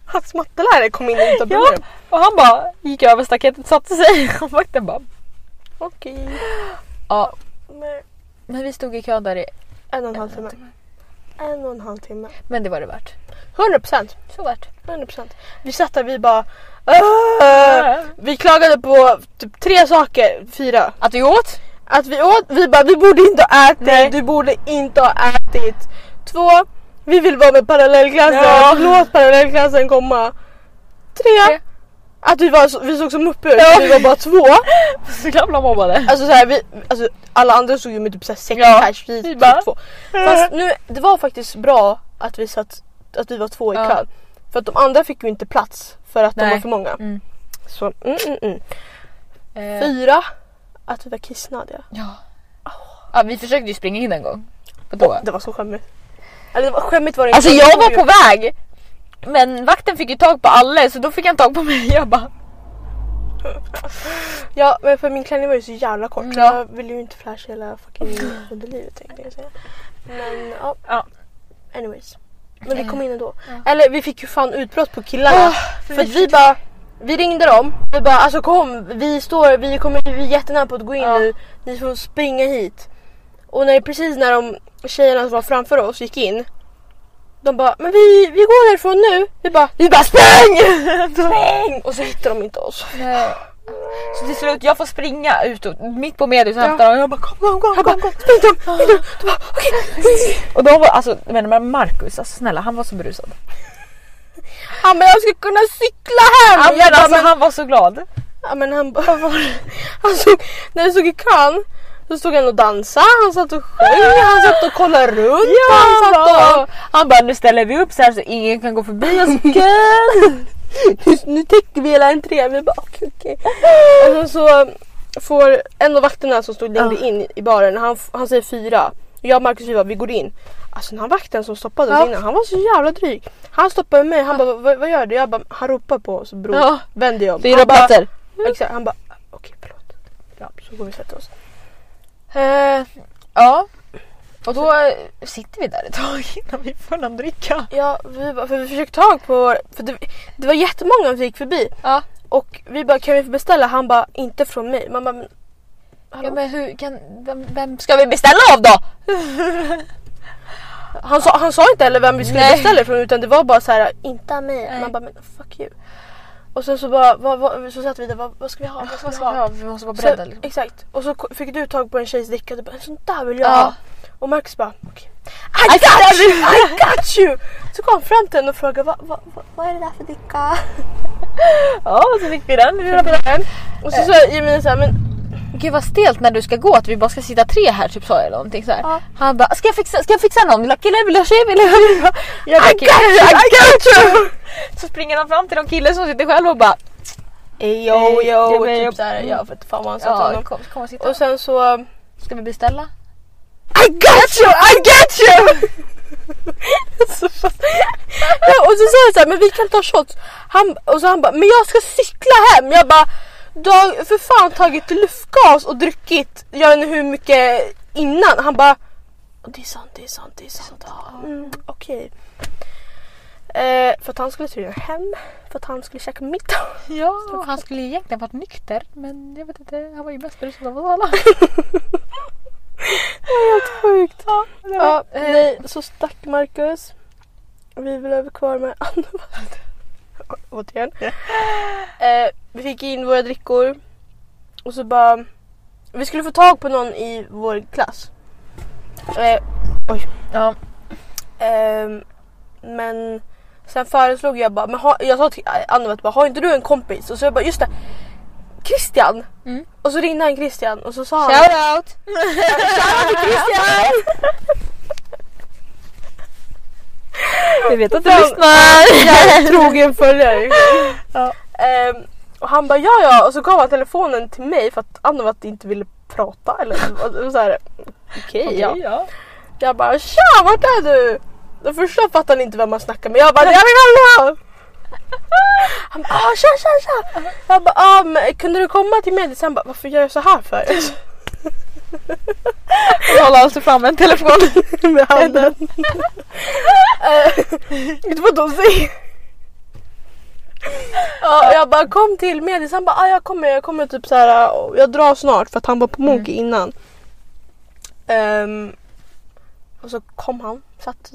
S2: Hans mattelärare kom in utan
S3: Ja.
S2: problem.
S3: och han bara gick över staketet satte sig och vakten bara
S2: Okej.
S3: ja.
S2: Men
S3: Men vi stod i kö där i
S2: En och en halv timme. En och en halv timme.
S3: men det var det värt.
S2: 100 procent.
S3: Så värt.
S2: 100 procent. Vi satt där vi bara... "Åh!" Vi klagade på typ tre saker, fyra.
S3: Att vi åt?
S2: Att vi åt, vi bara vi borde inte ha ätit,
S3: Nej.
S2: du borde inte ha ätit. Två, vi vill vara med parallellklassen,
S3: Ja.
S2: låt parallellklassen komma. Tre,
S3: Tre.
S2: att vi, var, så- vi såg så muppiga ut,
S3: Ja.
S2: vi var bara två.
S3: Så gamla mobbade.
S2: Alltså, så här, vi, alltså alla andra såg ju med typ så här sex
S3: Ja.
S2: pers, vi
S3: Vi
S2: typ
S3: bara-
S2: två. Fast nu, det var faktiskt bra att vi, satt, att vi var två i
S3: Ja.
S2: kön. För att de andra fick ju inte plats för att
S3: Nej.
S2: de var för många.
S3: Mm.
S2: Så, mm, mm, mm.
S3: Eh,
S2: Fyra, att vi var kissnödiga.
S3: ja. ja. Ah, Vi försökte ju springa in en gång. På toa.
S2: Det var så skämmigt. Eller det var, skämmigt var det
S3: Alltså
S2: inte.
S3: jag var på väg. Men vakten fick ju tag på alla så då fick han tag på mig. Jag bara,
S2: Ja men för min klänning var ju så jävla kort.
S3: Ja.
S2: Jag ville ju inte flasha hela fucking underlivet tänkte jag säga. Men ja.
S3: Mm. Ja.
S2: Anyways. Men vi
S3: Eh.
S2: kom in ändå. Eller vi fick ju fan utbrott på killarna.
S3: Ah,
S2: för att vi bara, vi ringde dem. Vi bara alltså kom, vi står, vi kommer, vi är jättenära på att gå in
S3: Ja.
S2: nu. Ni får springa hit. Och när, precis när de tjejerna som var framför oss gick in. De bara, men vi, vi går härifrån nu. Vi bara, vi bara spring! spring! Och så hittar de inte oss.
S3: Nej. Eh, Så till slut jag får springa ut och mitt på mediet så hämtar de och jag bara kom, kom, kom,
S2: Han
S3: kom.
S2: bara, spring till dem, spring till dem. De bara, okej.
S3: Och då var alltså, men men Marcus, alltså snälla han var så berusad.
S2: Han bara, jag ska kunna cykla hem!
S3: Han,
S2: jag bara,
S3: alltså,
S2: men,
S3: han var så glad.
S2: ja, men han bara, vad var det? Han såg, när jag såg i kön Så stod han och dansade, han satt och sjöng, han satt och kollade runt. han satt och...
S3: han bara nu ställer vi upp så här så ingen kan gå förbi oss. Gud!
S2: Just nu täckte vi hela entrén, vi bara okej okej. Och sen så får en av vakterna som stod längre
S3: Ja.
S2: in i baren, han, han säger fyra. Jag och Marcus vi bara, vi går in. Alltså den här vakten som stoppade oss
S3: Ja.
S2: innan, han var så jävla dryg. Han stoppade mig, han bara vad, vad gör du? Jag bara, han ropar på oss bror.
S3: Ja.
S2: Vänder jag om.
S3: Fyra
S2: Han bara,
S3: platser.
S2: Exakt, han bara okej förlåt. Ja, så går vi och sätter oss. Eh,
S3: Ja. Och då eh, sitter vi där ett tag innan vi får någon dricka.
S2: ja, vi bara, för vi försökte tag på vår, för det, det var jättemånga vi gick förbi.
S3: Ja.
S2: Och vi bara kan vi få beställa? Han bara inte från mig. Man bara, men, hallå?
S3: Ja, men hur kan, vem, vem ska vi beställa av då?
S2: han, sa, han sa inte heller vem vi skulle
S3: Nej.
S2: beställa från utan det var bara så här inte av mig.
S3: Nej.
S2: Man bara men fuck you. Och sen så bara vad, vad, så satt vi där vad, vad ska vi ha? Vad ska
S3: Vad
S2: vi
S3: ska vi
S2: ha?
S3: ha? Vi måste vara
S2: Så-
S3: beredda. Liksom.
S2: Exakt. Och så ko- fick du tag på en tjejs dricka och du bara en sån där vill jag
S3: Ja.
S2: ha. Och Marcus bara okej. I, got you! I got you! Så kom han fram till henne och frågade vad, vad, vad, vad är det där för dricka?
S3: Ja, så fick vi den. Vi rapade den.
S2: Och
S3: Eh.
S2: så sa Jemina såhär men
S3: Gud vad stelt när du ska gå att vi bara ska sitta tre här typ sa jag eller någonting så här.
S2: Ja.
S3: Han bara ska jag fixa, ska jag fixa någon? Vill du ha kille? Vill du ha tjej? Vill du ha... Jag bara,
S2: I
S3: "Okej."
S2: got you! I got you!
S3: Så springer han fram till någon kille som sitter själv och bara
S2: Ey yo yo!
S3: Ey, yo.
S2: Typ såhär Eh, jag vet inte fan vad han sa till
S3: ja,
S2: honom.
S3: kom, kom och sitta.
S2: Och sen så
S3: ska vi beställa?
S2: I got you, I got you! Så fast- ja, och så sa jag såhär, men vi kan ta shots. Han, och så han bara, men jag ska cykla hem. Jag bara, du har för fan tagit luftgas och druckit, jag vet inte hur mycket innan. Han bara, det är sant, det är sant, det är sant. Ja, Mm, Okej. Eh, för att han skulle tydligen hem, för att han skulle käka middag.
S3: Ja, han skulle ju egentligen varit nykter men jag vet inte, han var ju mest berusad av oss alla.
S2: Sjukt. Ja,
S3: Eh,
S2: nej, så stack Marcus. Vi blev kvar med Anna. Återigen. Eh, vi fick in våra drickor. Och så bara... Vi skulle få tag på någon i vår klass. Eh,
S3: Ja,
S2: ehm, men sen föreslog jag bara... Men ha, jag sa till Anna att bara, har inte du en kompis? Och så jag bara, just det. Christian!
S3: Mm.
S2: Och så ringde han Christian och så sa han...
S3: shout out!
S2: Shoutout till Christian!
S3: Vi vet att
S2: Ja.
S3: du lyssnar!
S2: Jag trogen följare.
S3: Ja.
S2: Ehm, och han bara ja ja och så gav han telefonen till mig för att Anovat inte ville prata. Eller och så här, okej ja.
S3: ja.
S2: Jag bara tja vart är du? Den första fattade inte vem man snackar med. Jag bara jag vill alla! Han bara ah, tja tja tja. Jag bara ah, men, kunde du komma till mig? Sen bara varför gör jag så här för?
S3: Och så håller alltså fram en telefon.
S2: med handen. Eh, Vet du vad de säger? Ja, jag bara kom till medis, han bara ah, jag kommer, jag kommer typ så här, och jag drar snart för att han var på Monkey
S3: Mm.
S2: innan. Ehm, och så kom han, satte,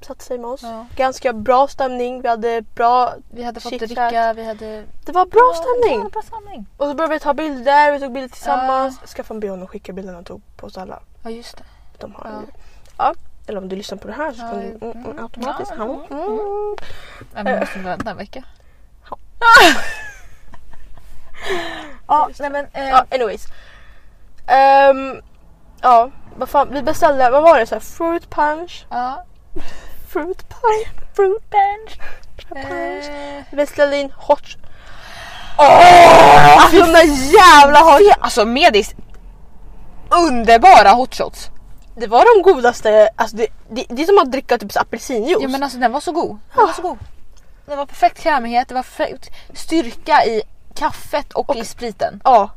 S2: satte sig med oss.
S3: Ja.
S2: Ganska bra stämning, vi hade bra,
S3: Vi hade fått
S2: Chit chat.
S3: dricka, vi hade...
S2: det var bra
S3: Ja,
S2: stämning.
S3: bra stämning.
S2: Och så började vi ta bilder, vi tog bilder tillsammans. Skaffa en bh och skicka bilderna han tog på oss alla.
S3: Ja just det.
S2: De har
S3: Ja.
S2: ju. Ja. Eller om du lyssnar på det här så
S3: Ja,
S2: kan du
S3: ju-
S2: mm, mm,
S3: mm.
S2: automatiskt.
S3: Ja,
S2: Ja,
S3: mm,
S2: mm.
S3: Nej, men vi måste vänta en vecka.
S2: Ja.
S3: Ja, nej men... eh,
S2: ja anyways. Ehm, ja, vad fan, vi beställde, vad var det? Så här, fruit punch,
S3: Ja.
S2: fruit pie, fruit punch. punch.
S3: Eh,
S2: Vi beställde in hot... Åh! alltså de där jävla hot...
S3: se, alltså Medis underbara hotshots.
S2: Det var de godaste, alltså det, det, det är som att dricka typ så apelsinjuice.
S3: Ja men alltså den var så god. Den var så god. Den var perfekt krämighet, det var perfekt styrka i kaffet och, i spriten.
S2: ja.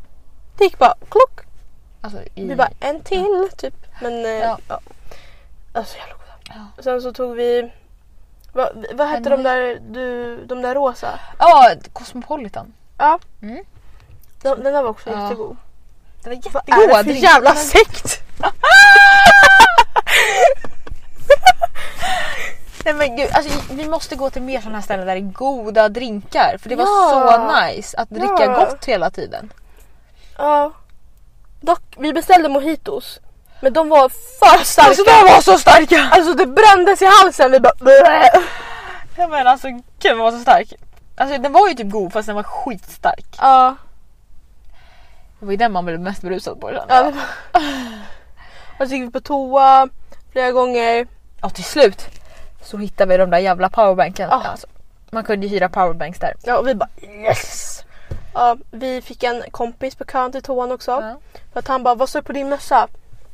S2: Det gick bara klock.
S3: Alltså i...
S2: Vi bara en till typ. Men eh,
S3: Ja.
S2: ja. Alltså jävla goda.
S3: Ja.
S2: Sen så tog vi vad, vad hette de där, du, de där rosa?
S3: Ja, Cosmopolitan.
S2: Ja.
S3: Mm.
S2: De, den där var också
S3: Ja.
S2: jättegod.
S3: Den var
S2: Vad är det för
S3: jättegod.
S2: jävla sekt?
S3: Nej men gud, alltså, vi måste gå till mer sådana här ställen där det är goda drinkar. För det var
S2: Ja.
S3: så nice att dricka
S2: Ja.
S3: gott hela tiden.
S2: Ja. Dock, vi beställde mojitos. Men de var för starka.
S3: Alltså, de var så starka!
S2: Alltså det brändes i halsen. Vi bara bleh.
S3: Ja men alltså gud den var så stark. Alltså den var ju typ god fast den var skitstark.
S2: Ja.
S3: Det var ju den man blev mest berusad på kände
S2: Ja.
S3: jag.
S2: det var- Och så gick vi på toa flera gånger.
S3: Ja till slut så hittade vi de där jävla powerbanken.
S2: Ja.
S3: Alltså, man kunde ju hyra powerbanks där.
S2: Ja, och vi bara yes! Ja, vi fick en kompis på kön till toan också.
S3: Ja.
S2: För att han bara, vad står det på din mössa?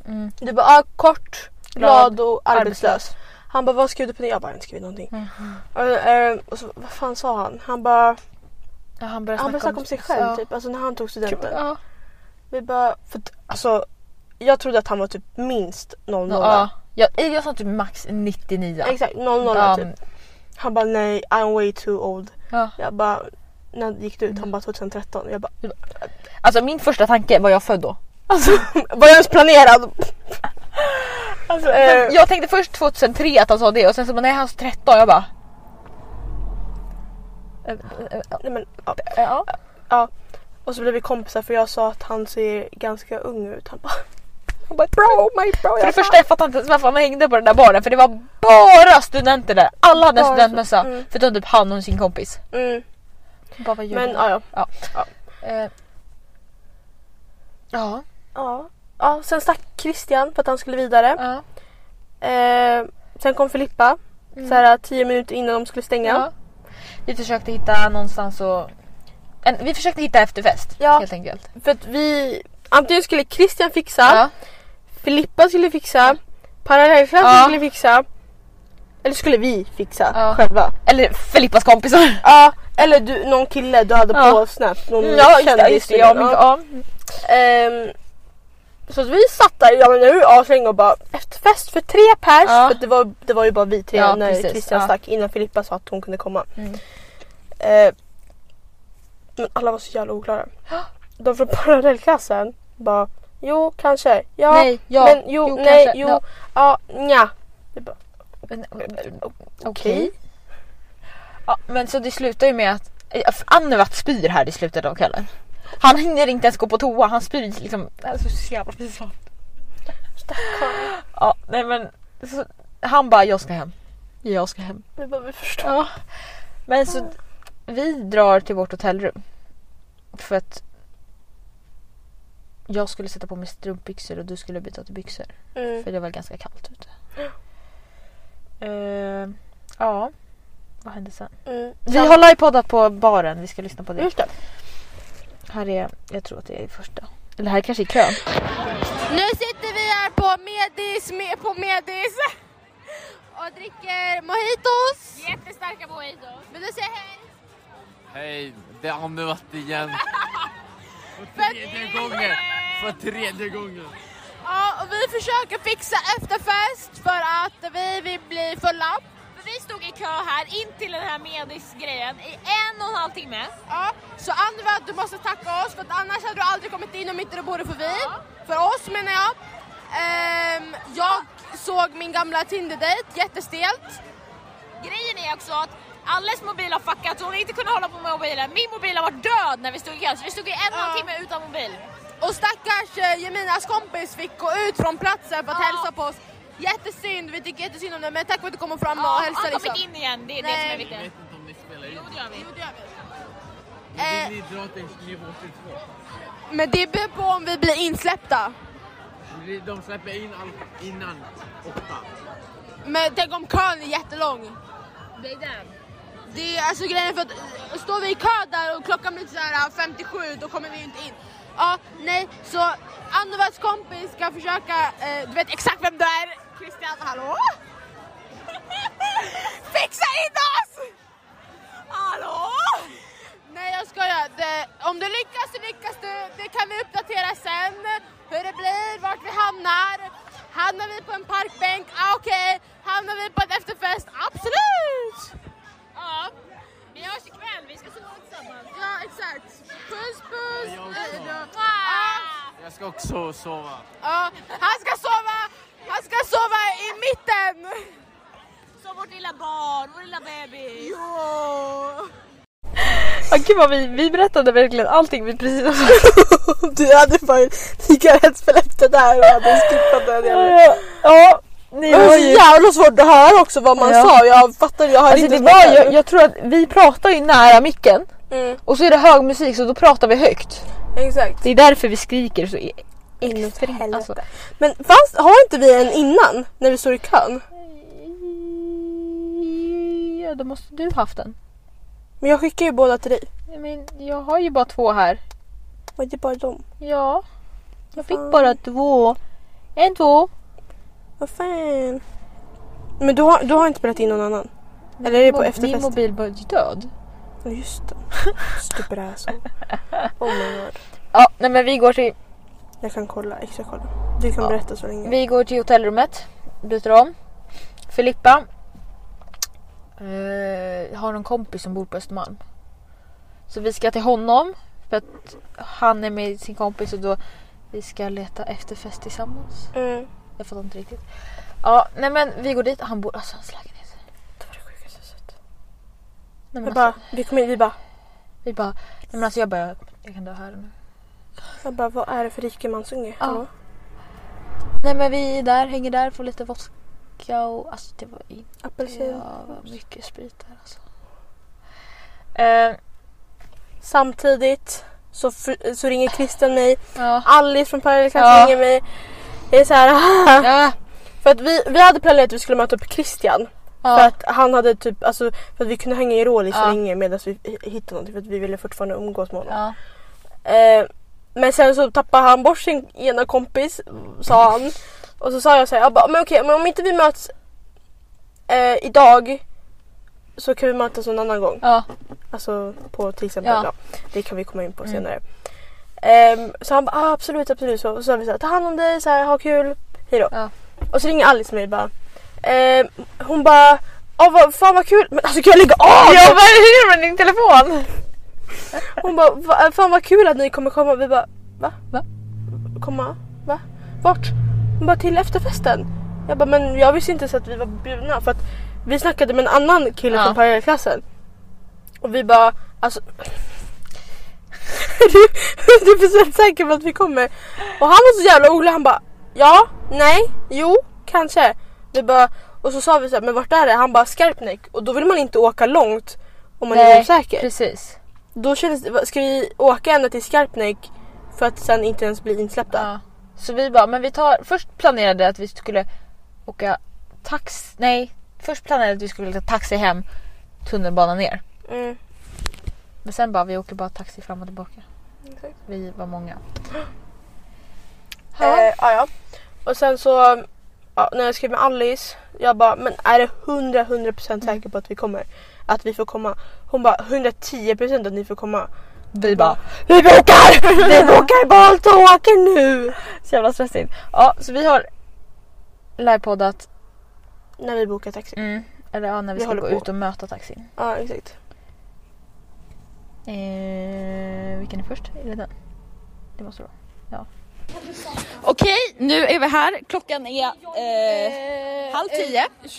S3: Mm.
S2: Du bara, ah, kort, glad,
S3: Glad,
S2: och arbetslös. Mm. Han bara, vad skrev du på din? Jag bara, jag har inte skrivit någonting. Och, eh, och så, vad fan sa han? Han bara,
S3: Ja, han började
S2: han började snacka om sig själv
S3: Ja.
S2: typ. Alltså när han tog studenten.
S3: Ja.
S2: Vi bara, för att, alltså jag trodde att han var typ minst 00.
S3: Ja. Jag, jag sa typ max 99.
S2: Exakt, 00
S3: Ja,
S2: typ. Han bara, nej, I'm way too old.
S3: Ja.
S2: Jag bara, när gick du ut? Han bara 2013. Jag bara,
S3: Alltså min första tanke var jag född då.
S2: alltså var jag ens planerad? alltså, eh,
S3: Jag tänkte först 2003 att han sa det och sen så bara nej han är 13 jag bara. Eh, eh,
S2: nej, men, ja.
S3: eh, Ja.
S2: Och så blev vi kompisar för jag sa att han ser ganska ung ut. Han bara,
S3: Han bara, bro, my bro. För det första jag fattar inte ens varför han hängde på den där baren för det var bara studenter där. Alla hade en
S2: Bara
S3: studentmössa
S2: så- mm.
S3: förutom typ han och sin kompis.
S2: mm.
S3: Jag Bara, vad gör
S2: Men
S3: du?
S2: ja, ja.
S3: Eh, Ja.
S2: ja. Ja, sen stack Christian för att han skulle vidare.
S3: Ja.
S2: Eh, sen kom Filippa. Så här, tio minuter innan de skulle stänga.
S3: Mm. ja. Vi försökte hitta någonstans och... En, vi försökte hitta efterfest
S2: Ja.
S3: helt enkelt.
S2: För att vi... Antingen skulle Christian fixa,
S3: Ja.
S2: Filippa skulle fixa, parallellklassen
S3: Ja.
S2: skulle fixa. Eller skulle vi fixa
S3: Ja.
S2: själva.
S3: Eller Filippas kompisar.
S2: Ja, eller du, någon kille du hade
S3: Ja.
S2: på Snap. Någon
S3: Mm, Ja,
S2: tydligen.
S3: men-
S2: Ja.
S3: ja. Mm.
S2: Ehm, så att vi satt där, ja men nu aslänge och bara efter fest för tre pers.
S3: Ja.
S2: För att det, var, det var ju bara vi tre
S3: Ja,
S2: när
S3: precis,
S2: Christian
S3: ja.
S2: stack innan Filippa sa att hon kunde komma.
S3: Mm.
S2: Ehm, men alla var så jävla oklara. De från parallellklassen bara jo kanske, ja
S3: Nej, ja.
S2: men jo,
S3: Jo,
S2: nej,
S3: kanske,
S2: jo,
S3: ja.
S2: ja, nja. Det bara,
S3: Men- eh,
S2: Okej.
S3: Ja, men så det slutar ju med att eh, Annevat spyr här i slutet av kvällen. Han hinner inte ens gå på toa, han spyr liksom. Alltså, så jävla pinsamt.
S2: Stackarn.
S3: Ja, nej men. Så, han bara, jag ska hem. Jag ska hem.
S2: Vi bara vi förstår.
S3: Ja. Men så vi drar till vårt hotellrum. För att jag skulle sätta på mig strumpbyxor och du skulle byta till byxor.
S2: Mm.
S3: För det var ganska kallt ute. Eh, ja, vad hände sen? Mm.
S2: Mm.
S3: Vi
S2: Sen-
S3: har livepoddat på baren, vi ska lyssna på det.
S2: Just det.
S3: Här är, jag tror att det är första. Eller här kanske är kön.
S5: Nu sitter vi här på Medis, med, på Medis och dricker mojitos.
S4: Jättestarka mojitos.
S5: Vill du säga hej?
S6: Hej, det har nu varit igen. För tredje gången. För tredje gången.
S5: Ja, och vi försöker fixa efterfest för att vi vill bli fulla.
S4: För vi stod i kö här in till den här medisgrejen i en och en halv timme.
S5: Ja, så Anva, du måste tacka oss för att annars hade du aldrig kommit in om inte du vore för vi. För oss menar jag. Ehm, jag såg min gamla Tinder-dejt, jättestelt.
S4: Grejen är också att Alles mobil har fuckat så hon har inte kunnat hålla på med mobilen. Min mobil har varit död när vi stod i kö så vi stod i en och en halv
S5: Ja.
S4: timme utan mobil.
S5: Och stackars eh, Jeminas kompis fick gå ut från platsen för att
S4: Ja.
S5: hälsa på oss. Jättesynd, vi tycker jättesynd om det men tack för att du kom fram och
S4: Ja,
S5: hälsade.
S4: han kom
S5: liksom.
S4: inte in igen, det är det
S5: Nej.
S4: som är
S6: Jag
S4: viktigt.
S6: vet inte om ni spelar in.
S4: Jo, det gör vi.
S5: Jo, det gör vi.
S6: Men Vill ni dra till nivå 22?
S5: Men det beror på om vi blir insläppta.
S6: Blir- De släpper in allt innan åtta.
S5: Men tänk om kön är jättelång.
S4: Det är den.
S5: Det är alltså grejen är för att eh, står vi i kö där och klockan blir så här 57 då kommer vi ju inte in. Ja, nej, så Annovas kompis ska försöka, eh, du vet exakt vem du är. Christian, hallå? Fixa in oss! Hallå? Nej jag skojar. Det, om du lyckas så lyckas du. Det kan vi uppdatera sen. Hur det blir, vart vi hamnar. Hamnar vi på en parkbänk? Ah, Okej. Hamnar vi på en efterfest? Absolut!
S4: Ja. Vi hörs ikväll, vi ska sova tillsammans.
S5: Ja exakt. Puss puss.
S6: Jag också.
S5: Hej då.
S4: Ah.
S6: Jag ska också sova.
S5: Ja, han ska sova. Han ska sova i mitten.
S4: Som vårt lilla barn, vår lilla bebis.
S3: Ja, gud vad vi, vi berättade verkligen allting vi precis har sagt.
S2: du hade varit lika rätt för efter där och hade skippat den. jävla-
S3: Ja, ni
S2: Det var
S3: var
S2: så
S3: ju...
S2: jävla svårt att höra också vad man
S3: Ja.
S2: sa. Jag fattar, jag hörde
S3: Alltså
S2: inte
S3: det
S2: ens
S3: var
S2: vad jag-
S3: ju, jag tror att vi pratar ju nära micken
S2: Mm.
S3: och så är det hög musik så då pratar vi högt.
S5: Exakt.
S3: Det är därför vi skriker så e-
S2: Inåt helvete.
S3: alltså.
S2: Men fanns, har inte vi en innan när vi står i kön?
S3: Ja, då måste du haft den.
S2: Men jag skickar ju båda till dig.
S3: Nej, Men jag har ju bara två här.
S2: Var det bara dem?
S3: Ja. Jag fick
S2: Fan.
S3: bara två. En, två.
S2: Vad fan. Men du har, du har inte berättat in någon annan? Eller är det på
S3: Mo-
S2: efterfest?
S3: Min mobil var ju död.
S2: Ja just typ det. Stupid asshole. Oh my god.
S3: Ja, nej men vi går till,
S2: Jag kan kolla, extra kolla. Du kan
S3: Ja.
S2: berätta så länge.
S3: vi går till hotellrummet. Byter om. Filippa. Eh, har en kompis som bor på Östermalm. Så vi ska till honom. För att han är med sin kompis och då vi ska leta efterfest tillsammans.
S2: Mm.
S3: Jag fattar inte riktigt. Ja, nej men vi går dit. Han bor... Alltså hans lägenhet. Det var det sjukaste jag sett. Nej, men
S2: Jag
S3: alltså,
S2: bara, vi kom in, vi bara,
S3: vi bara... Nej men alltså jag bara... Jag kan dö här nu.
S2: jag bara vad är det för rikemansunge?
S3: Ja.
S2: Hallå?
S3: Nej men vi är där, hänger där, får lite vodka och... Alltså det var inte...
S2: Apelsin.
S3: Ja, vad mycket sprit där alltså. Eh,
S2: Samtidigt så, fr- så ringer Christian mig.
S3: ja.
S2: Alice från parallellklass
S3: Ja.
S2: ringer mig. Det är så här,
S3: Ja.
S2: För att vi, vi hade planerat att vi skulle möta upp Christian. För
S3: Ja.
S2: att han hade typ, alltså för att vi kunde hänga i Rålis så
S3: Ja.
S2: länge medan vi h- hittade någonting för att vi ville fortfarande umgås med honom.
S3: Ja.
S2: Eh, men sen så tappade han bort sin ena kompis, sa han. Och så sa jag så här, jag bara, men okej, men om inte vi möts eh, idag så kan vi mötas någon annan gång.
S3: Ja.
S2: Alltså på till exempel,
S3: Ja. Mm.
S2: ja. det kan vi komma in på senare. Ehm, så han bara, ah, absolut, absolut. Så, så sa vi så här, ta hand om dig, så här, ha kul, hejdå.
S3: Ja.
S2: Och så ringer Alice mig bara. ehm, hon bara, ah, vad, fan vad kul, men alltså kan jag lägga av?
S3: Jag bara, hur är det med din telefon?
S2: Hon bara, "Va- fan vad kul att ni kommer komma. Vi bara, va?
S3: Va?
S2: Komma? Va? Vart? Hon bara, till efterfesten. Jag bara, men jag visste inte så att vi var bjudna. För att vi snackade med en annan kille
S3: Ja.
S2: från parallellklassen. Och vi bara, alltså. Är du 100% säker på att vi kommer? Och han var så jävla orolig. Han bara, ja, nej, jo, kanske. Vi bara, och så sa vi så här, men vart är det? Han bara, Skarpnäck. Och då vill man inte åka långt om man är osäker.
S3: precis.
S2: Då kändes det, va- ska vi åka ända till Skarpnäck för att sen inte ens bli insläppta?
S3: Ja. Så vi bara, men vi tar... Först planerade att vi skulle åka tax... Nej. Först planerade att vi skulle ta taxi hem, tunnelbana ner.
S2: Mm.
S3: Men sen bara, vi åker bara taxi fram och tillbaka. Vi var många.
S2: Eh, ja, ja. Och sen så, ja, när jag skrev med Alice, jag bara, men är det 100, 100 procent säker på att vi kommer? Att vi får komma? Hon bara, 110 procent att ni får komma.
S3: Vi bara,
S2: Vi bokar! Vi bokar Bolt och åker nu!
S3: så jävla stressigt. Ja, så vi har livepoddat,
S2: När vi bokar taxi.
S3: Mm. eller ja, när vi,
S2: Vi
S3: ska
S2: håller
S3: gå
S2: på.
S3: ut och möta taxin.
S2: Ja, exakt.
S3: Eh, vilken är först? Är det den? Det måste det vara.
S4: Okej, nu är vi här. Klockan är eh, halv tio.
S5: 21.35 Eh,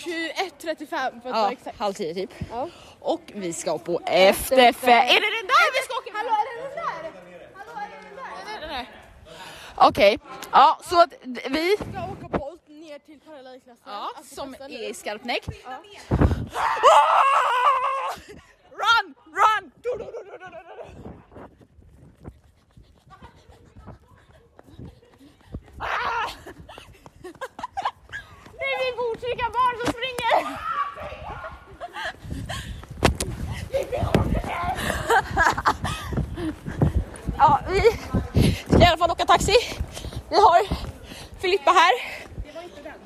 S5: för att
S4: Ja,
S5: vara exakt.
S4: halv tio typ.
S5: Ja.
S4: Och vi ska på efterfest. Är det den där vi ska åka
S5: Hallå är det den där? Hallå är det den där?
S4: Den här. Okej, ja så att vi
S5: Jag ska åka Bolt ner till parallellklassen.
S4: ja,
S3: Alltså,
S4: som
S5: festen.
S4: är i Skarpnäck. Ah! Run, run! Du, du, du, du, du, du, du. Ah! Det är vi botrygga barn som springer! Ja, vi ska i alla fall åka taxi. Vi har Filippa här.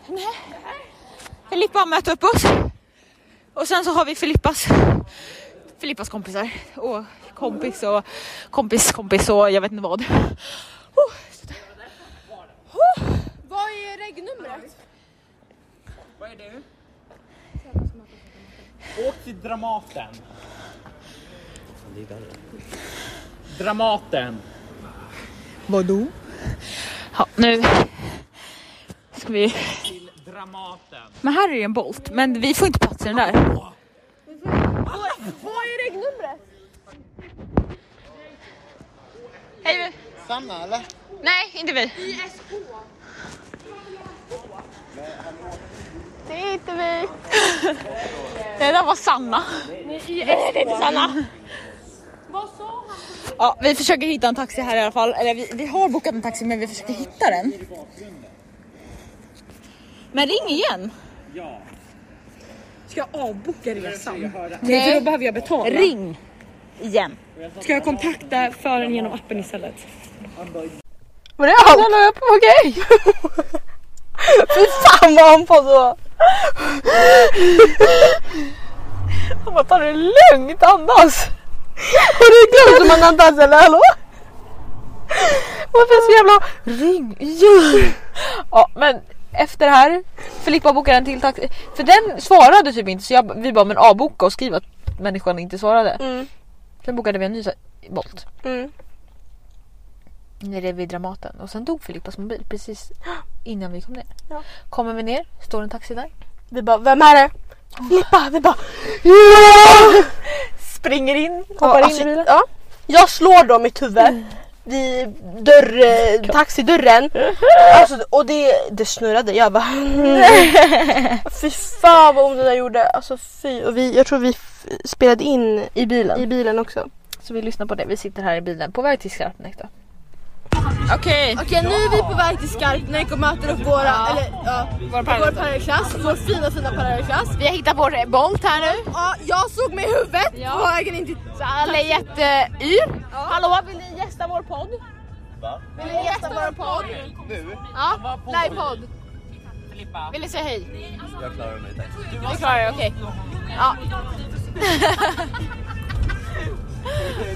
S4: Nej. Filippa har mött upp oss. Och sen så har vi Filippas, Filippas kompisar. Och kompis och kompis kompis och jag vet inte vad. Oh, så där. Oh,
S5: Vad är regnumret?
S7: Åk till Dramaten. Dramaten.
S4: ja, nu ska vi...
S7: Dramaten.
S4: Men här är ju en Bolt, men vi får inte plats i den där.
S5: Vad är regnumret?
S4: Hej! Sanna eller? Nej, inte vi.
S5: Det är inte vi.
S4: Det där var Sanna. Nej, det är inte Sanna.
S5: Vad sa han?
S4: Ja, Ja, vi försöker hitta en taxi här i alla fall. Eller vi, vi har bokat en taxi men vi försöker hitta den. Men ring igen.
S8: Ska jag avboka resan? Nej, för då behöver jag betala.
S4: Ring igen.
S8: Ska jag kontakta föraren genom appen istället?
S2: Var det allt?
S3: Den la upp, okej!
S2: Fy fan vad hon på så!
S3: Han bara ta det lugnt, andas!
S2: Har du glömt hur man andas eller hallå?
S3: Varför är det så jävla... Ring igen! Ja men efter det här, Filippa bokar en till taxi. För den svarade typ inte så jag, vi bara men avboka och skriva att människan inte svarade.
S2: Mm.
S3: Sen bokade vi en ny så här, Bolt.
S2: Mm.
S3: Nere vid Dramaten och sen dog Filippas mobil precis innan vi kom ner.
S2: Ja.
S3: Kommer vi ner, står en taxi där.
S2: Vi bara, vem är det? Filippa! Vi bara, ja!
S3: Springer in,
S2: Ja,
S3: hoppar in
S2: alltså,
S3: i bilen.
S2: ja. Jag slår dem i huvud vid dörr, eh, taxidörren. Alltså, och det, det snurrade. Jag bara... fy fan vad ont det där gjorde. Alltså, fy. Och vi, jag tror vi f- spelade in
S3: I bilen.
S2: i bilen också.
S3: Så vi lyssnar på det. Vi sitter här i bilen på väg till Skarpnäck då.
S4: Okej.
S2: Okej nu är vi på väg till Skarpnäck och möter upp våra, eller, ja, vår, parallellklass, vår fina fina parallellklass.
S5: Vi har hittat vår Bolt här nu.
S2: Ja, jag såg mig i huvudet på vägen in till...
S5: Så alla är jätteyr. Hallå, vill ni gästa vår podd? Va? Vill ni gästa vår podd? Nu? Ja, livepodd. Vill ni säga hej?
S6: Jag klarar mig tack.
S5: Du klarar det, okej.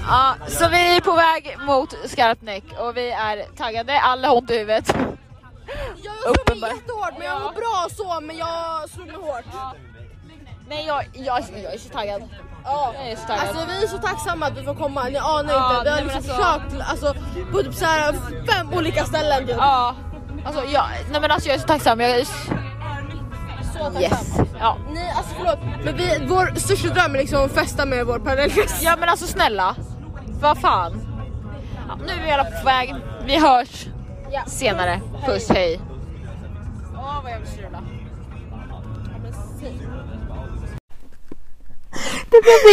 S5: Ja. ja, så vi är på väg mot Skarpnäck och vi är taggade, alla har ont i huvudet.
S2: Jag slog
S5: Uppenbar.
S2: mig jättehårt men jag var bra så men jag slog mig hårt.
S5: Nej jag, jag, jag är så taggad.
S2: Ja.
S5: Jag är så taggad.
S2: Alltså vi är så tacksamma att vi får komma, ni anar
S5: Ja,
S2: inte. Vi har
S5: nej,
S2: liksom
S5: men alltså-
S2: försökt alltså, på typ så här fem olika ställen typ.
S5: ja. Alltså, jag, nej men alltså jag är så tacksam. Jag är s-
S2: Så tacksamma.
S5: yes. Ja.
S2: Ni, alltså förlåt, men vi, vår största dröm är liksom att festa med vår parallellklass.
S5: ja men alltså snälla. Vad fan. Ja, nu är vi alla på väg. Vi hörs senare. Puss hej. Åh vad jag vill strula.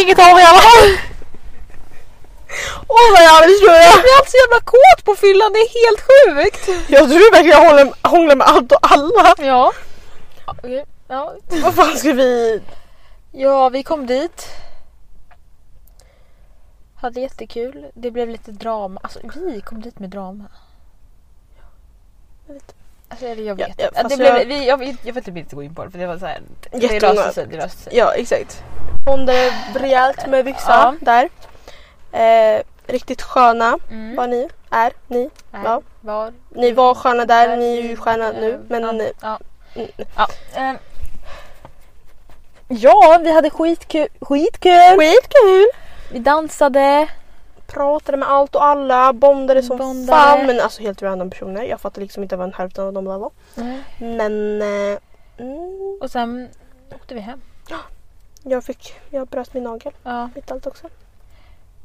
S3: Inget av jag var.
S2: Åh vad jag vill
S3: Jag blir alltid så jävla kåt på fyllan, det är helt sjukt!
S2: Jag tror verkligen jag håller, hånglar med allt och alla.
S3: Ja. Ja.
S2: Vad fan ska vi...
S3: ja, vi kom dit. Hade jättekul. Det blev lite drama. Alltså vi kom dit med drama.
S2: Jag vet.
S3: Alltså eller jag
S2: Ja,
S3: vet
S2: ja,
S3: inte.
S2: fast
S3: det blev,
S2: jag-
S3: vi, jag, vet- jag vet inte om vi inte gå in på det för det var såhär. Det
S2: Jättemånga-
S3: löste sig. Det löste sig.
S2: Ja exakt. Hånglade rejält med vissa där. Eh, riktigt sköna
S3: Mm.
S2: var ni, är, ni.
S3: Nej,
S2: Ja.
S3: Var?
S2: Ni var sköna där,
S3: Där,
S2: ni är ju sköna
S3: eh,
S2: nu. Men
S3: ja,
S2: eh,
S3: ja.
S2: Mm.
S3: Ja. ehm. ja, vi hade skitkul. skitkul.
S2: skitkul!
S3: Vi dansade.
S2: Pratade med allt och alla, bondade som
S3: Bondade.
S2: fan. Men alltså helt random personer. Jag fattar liksom inte vad en hälften av dem där var. Mm.
S3: Nej.
S2: Men eh, mm,
S3: Och sen åkte vi hem.
S2: jag fick, jag bröt min nagel
S3: Ja,
S2: mitt allt också.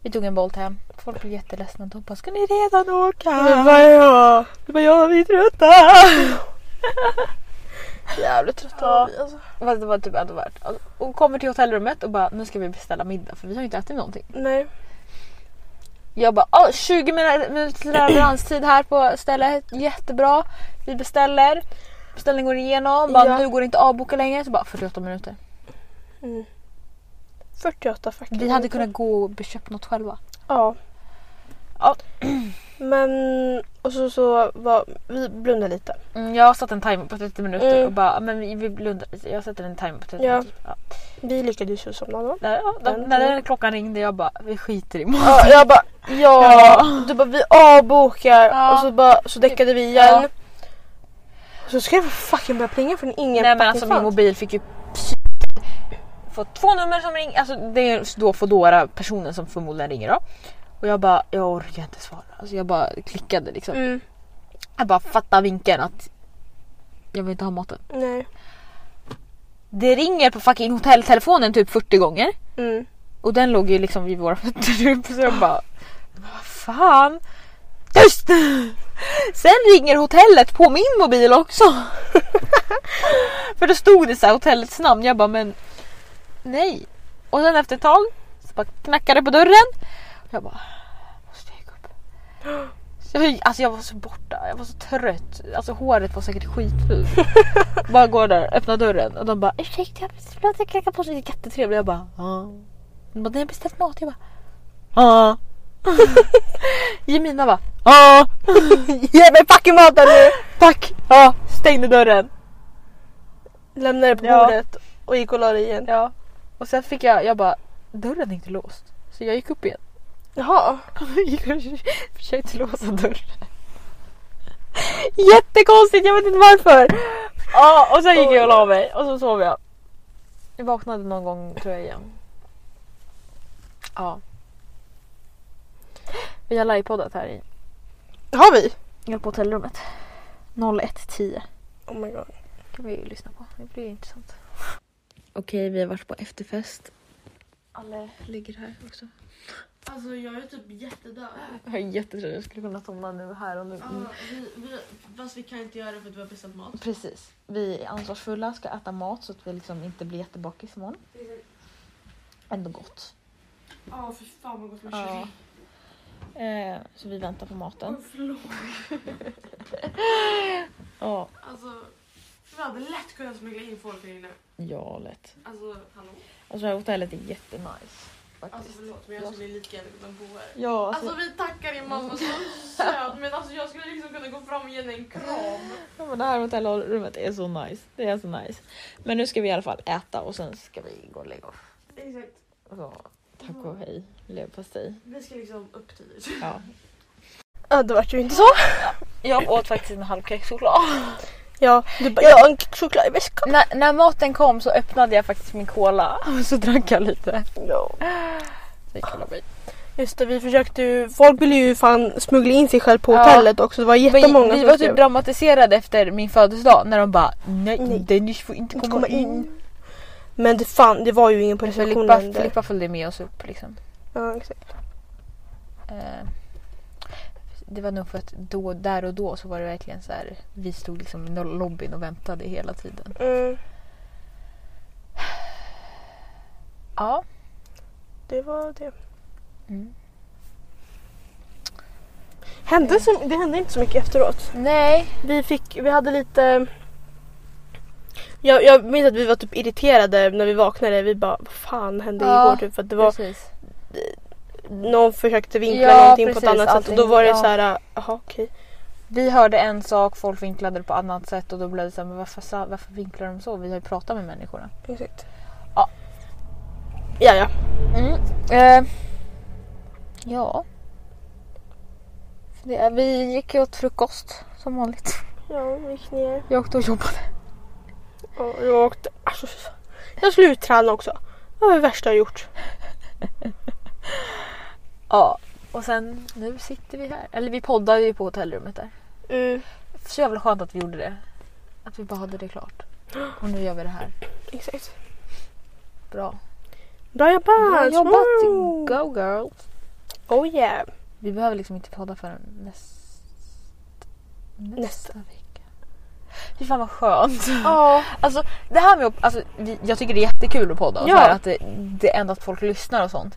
S3: vi tog en Bolt hem. Folk blev jätteledsna. De bara, ska ni redan åka?
S2: Det var jag. Det var jag, vi är trötta. Jävligt trötta var vi alltså.
S3: Fast det var typ ändå värt. Alltså, hon kommer till hotellrummet och bara, nu ska vi beställa middag för vi har ju inte ätit någonting.
S2: Nej.
S3: Jag bara, "Ah, 20 min- minuters leveranstid här på stället. Jättebra. Vi beställer. Beställningen går igenom. Bara,
S2: Ja.
S3: Nu går det inte att avboka längre. Så bara 48 minuter.
S2: 48 faktiskt.
S3: Vi hade kunnat gå och köpa något själva.
S2: Ja.
S3: Ja.
S2: Men och så, så var, vi blundade lite.
S3: Mm, jag satte en timer på 30 minuter
S2: Mm.
S3: och bara, men vi, vi blundar. Jag sätter en timer på 30
S2: Ja.
S3: minuter. Ja.
S2: Vi lyckades ju somna då.
S3: Där, ja, där,
S2: Den-
S3: när den klockan ringde jag bara, vi skiter i imorgon.
S2: Ja, jag bara ja. Du bara vi avbokar
S3: Ja.
S2: och så, bara, så däckade vi igen.
S3: Ja.
S2: Och så skrev det fucking börja plinga från ingen
S3: Nej men
S2: fucking
S3: alltså min
S2: fan.
S3: mobil fick ju psy- fått två nummer som ringer. Alltså det är då Foodora personen som förmodligen ringer då. Och jag bara, jag orkar inte svara. Alltså jag bara klickade liksom.
S2: Mm,
S3: Jag bara fattar vinkeln att jag vill inte ha maten.
S2: nej.
S3: Det ringer på fucking hotelltelefonen typ 40 gånger.
S2: Mm.
S3: Och den låg ju liksom vid våra fötter upp så jag bara Vad fan? Tyst! Sen ringer hotellet på min mobil också. För då stod det så här hotellets namn. Jag bara men nej. Och sen efter ett tag så bara knackade det på dörren. Jag bara måste Jag, alltså jag var så borta, jag var så trött. Alltså håret var säkert skitfult. bara går där, öppnar dörren och de bara ursäkta, förlåt jag knackar på så det är jättetrevligt. Jag bara ja. De bara, ni har beställt mat? Jag bara ja. Jemina bara ja. Ge mig fucking maten nu. Tack. Ja, stängde dörren.
S2: Lämnade det på
S3: Ja.
S2: bordet och gick och la det igen.
S3: Ja. Och sen fick jag, jag bara dörren är inte låst. Så jag gick upp igen.
S2: Jaha.
S3: Försökte låsa dörren. Jättekonstigt, jag vet inte varför. Ja, och sen gick jag och la mig och så sov jag. Jag vaknade någon gång tror jag igen. Ja. Vi har livepoddat här i,
S2: Har vi?
S3: jag på hotellrummet. 01.10
S2: Oh my god.
S3: kan vi ju lyssna på. Det blir intressant.
S9: Okej, vi har varit på efterfest.
S3: Alla ligger här också.
S2: Alltså jag är typ jättedöd.
S3: Jag är jättetrött, jag skulle kunna somna nu här och nu.
S2: vi, fast vi kan inte göra det för att vi har beställt mat.
S3: Precis. Vi är ansvarsfulla, ska äta mat så att vi liksom inte blir jättebakis imorgon. Ändå gott.
S2: Ja, för fan vad gott med
S3: Ja. Eh, så vi väntar på maten.
S2: Förlåt.
S3: Ja,
S2: Alltså, vi hade lätt kunnat smuggla in folk här inne.
S3: ja lätt.
S2: Alltså, hallå.
S3: Och så här hotellet är jättenice.
S2: Alltså
S3: Faktiskt.
S2: förlåt men jag skulle lika gärna kunna bo här.
S3: Ja, alltså,
S2: Alltså vi tackar din mamma som söt men alltså jag skulle liksom kunna gå fram och ge henne en kram.
S3: ja, men det här hotellrummet är så nice. Det är så nice. Men nu ska vi i alla fall äta och sen ska vi gå och lägga oss.
S2: Exakt.
S3: Och Så, tack och hej, leverpastej.
S2: Vi ska liksom upp tidigt.
S3: Ja.
S2: Ja det vart ju inte så.
S3: Jag åt faktiskt en halv kexchoklad.
S2: Ja, du bara jag har en choklad i väskan.
S3: När, när maten kom så öppnade jag faktiskt min cola och så drack jag lite. Det kan vara bra.
S2: Just det vi försökte ju, folk ville ju fan smuggla in sig själv på
S3: Ja.
S2: hotellet också. Det var
S3: Vi,
S2: jättemånga
S3: vi
S2: som
S3: var
S2: skrev,
S3: typ dramatiserade efter min födelsedag när de bara nej,
S2: Nej.
S3: Dennis får inte
S2: "Inte
S3: komma, in.
S2: Men det fan det var ju ingen på
S3: Filippa,
S2: receptionen. där.
S3: Filippa följde med oss upp liksom.
S2: Ja, exakt.
S3: Eh, det var nog för att då, där och då så var det verkligen så här. Vi stod liksom i lobbyn och väntade hela tiden.
S2: Mm,
S3: Ja.
S2: det var det.
S3: Mm.
S2: Hände så, det hände inte så mycket efteråt.
S3: Nej.
S2: Vi fick, vi hade lite... Jag, jag minns att vi var typ irriterade när vi vaknade. Vi bara, vad fan hände
S3: Ja,
S2: igår? Typ, för att det var,
S3: Precis.
S2: någon försökte vinkla
S3: Ja,
S2: någonting på ett
S3: precis,
S2: annat sätt och då
S3: allting,
S2: var det
S3: ja.
S2: så här, jaha okej.
S3: Vi hörde en sak, folk vinklade det på annat sätt och då blev det så här, men varför, sa- varför vinklar de så? Vi har ju pratat med människorna.
S2: Exakt.
S3: Ja.
S2: Ja, ja.
S3: Eh, ja. Det är, vi gick ju åt frukost som vanligt.
S2: Ja, vi gick ner
S3: Jag åkte och jobbade.
S2: och jag åkte, alltså fy fan. Jag skulle ut träna också. Det var det värsta jag gjort.
S3: Ja. Och sen nu sitter vi här. Eller vi poddade ju på hotellrummet där.
S2: Mm,
S3: Så jävla skönt att vi gjorde det. Att vi bara hade det klart. Och nu gör vi det här.
S2: exakt.
S3: Bra.
S2: Bra jobbat!
S3: Bra jobbat!
S2: Wow.
S3: Go girl!
S2: Oh yeah!
S3: Vi behöver liksom inte podda förrän näst, nästa,
S2: Nästa.
S3: vecka. Fy fan vad skönt!
S2: Ja,
S3: Alltså det här med att, alltså, vi- jag tycker det är jättekul att podda och
S2: Ja.
S3: så här, att det, det är ändå att folk lyssnar och sånt.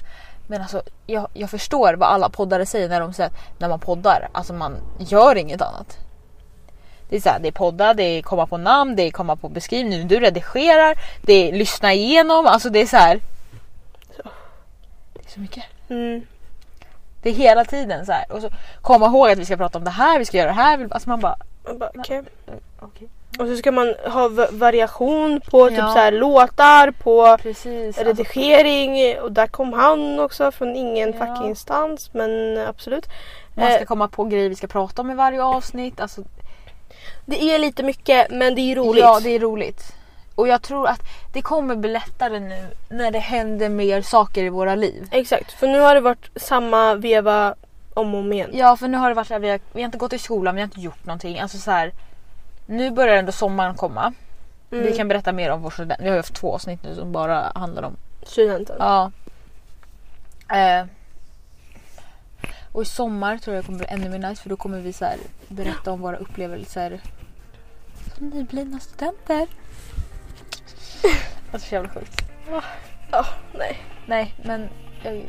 S3: Men alltså jag, jag förstår vad alla poddare säger när de säger att när man poddar, alltså man gör inget annat. Det är, så här, det är podda, det är komma på namn, det är komma på beskrivning, du redigerar, det är lyssna igenom, alltså det är så här. Det är så mycket.
S2: mm,
S3: Det är hela tiden så här. Och så komma ihåg att vi ska prata om det här, vi ska göra det här. Alltså man bara
S2: jag bara, okej.
S3: okej.
S2: Och så ska man ha va- variation på typ
S3: Ja.
S2: så här, låtar, på
S3: Precis. Alltså,
S2: redigering och där kom han också från ingen
S3: Ja.
S2: fucking instans men absolut.
S3: Alltså, man
S2: eh,
S3: ska komma på grejer vi ska prata om i varje avsnitt. Alltså,
S2: Det är lite mycket men det är roligt.
S3: Ja, det är roligt. Och jag tror att det kommer bli lättare nu när det händer mer saker i våra liv.
S2: Exakt, för nu har det varit samma veva om och om igen.
S3: Ja, för nu har det varit så här, vi har, vi har inte gått i skolan, vi har inte gjort någonting. Alltså så här, nu börjar ändå sommaren komma.
S2: Mm.
S3: Vi kan berätta mer om vår student. Vi har ju haft två avsnitt nu som bara handlar om
S2: Studenten.
S3: Ja. Eh. Och i sommar tror jag det kommer bli ännu mer nice för då kommer vi så här berätta om våra upplevelser som nyblivna studenter. Alltså så jävla sjukt.
S2: Ja, nej.
S3: Nej men jag,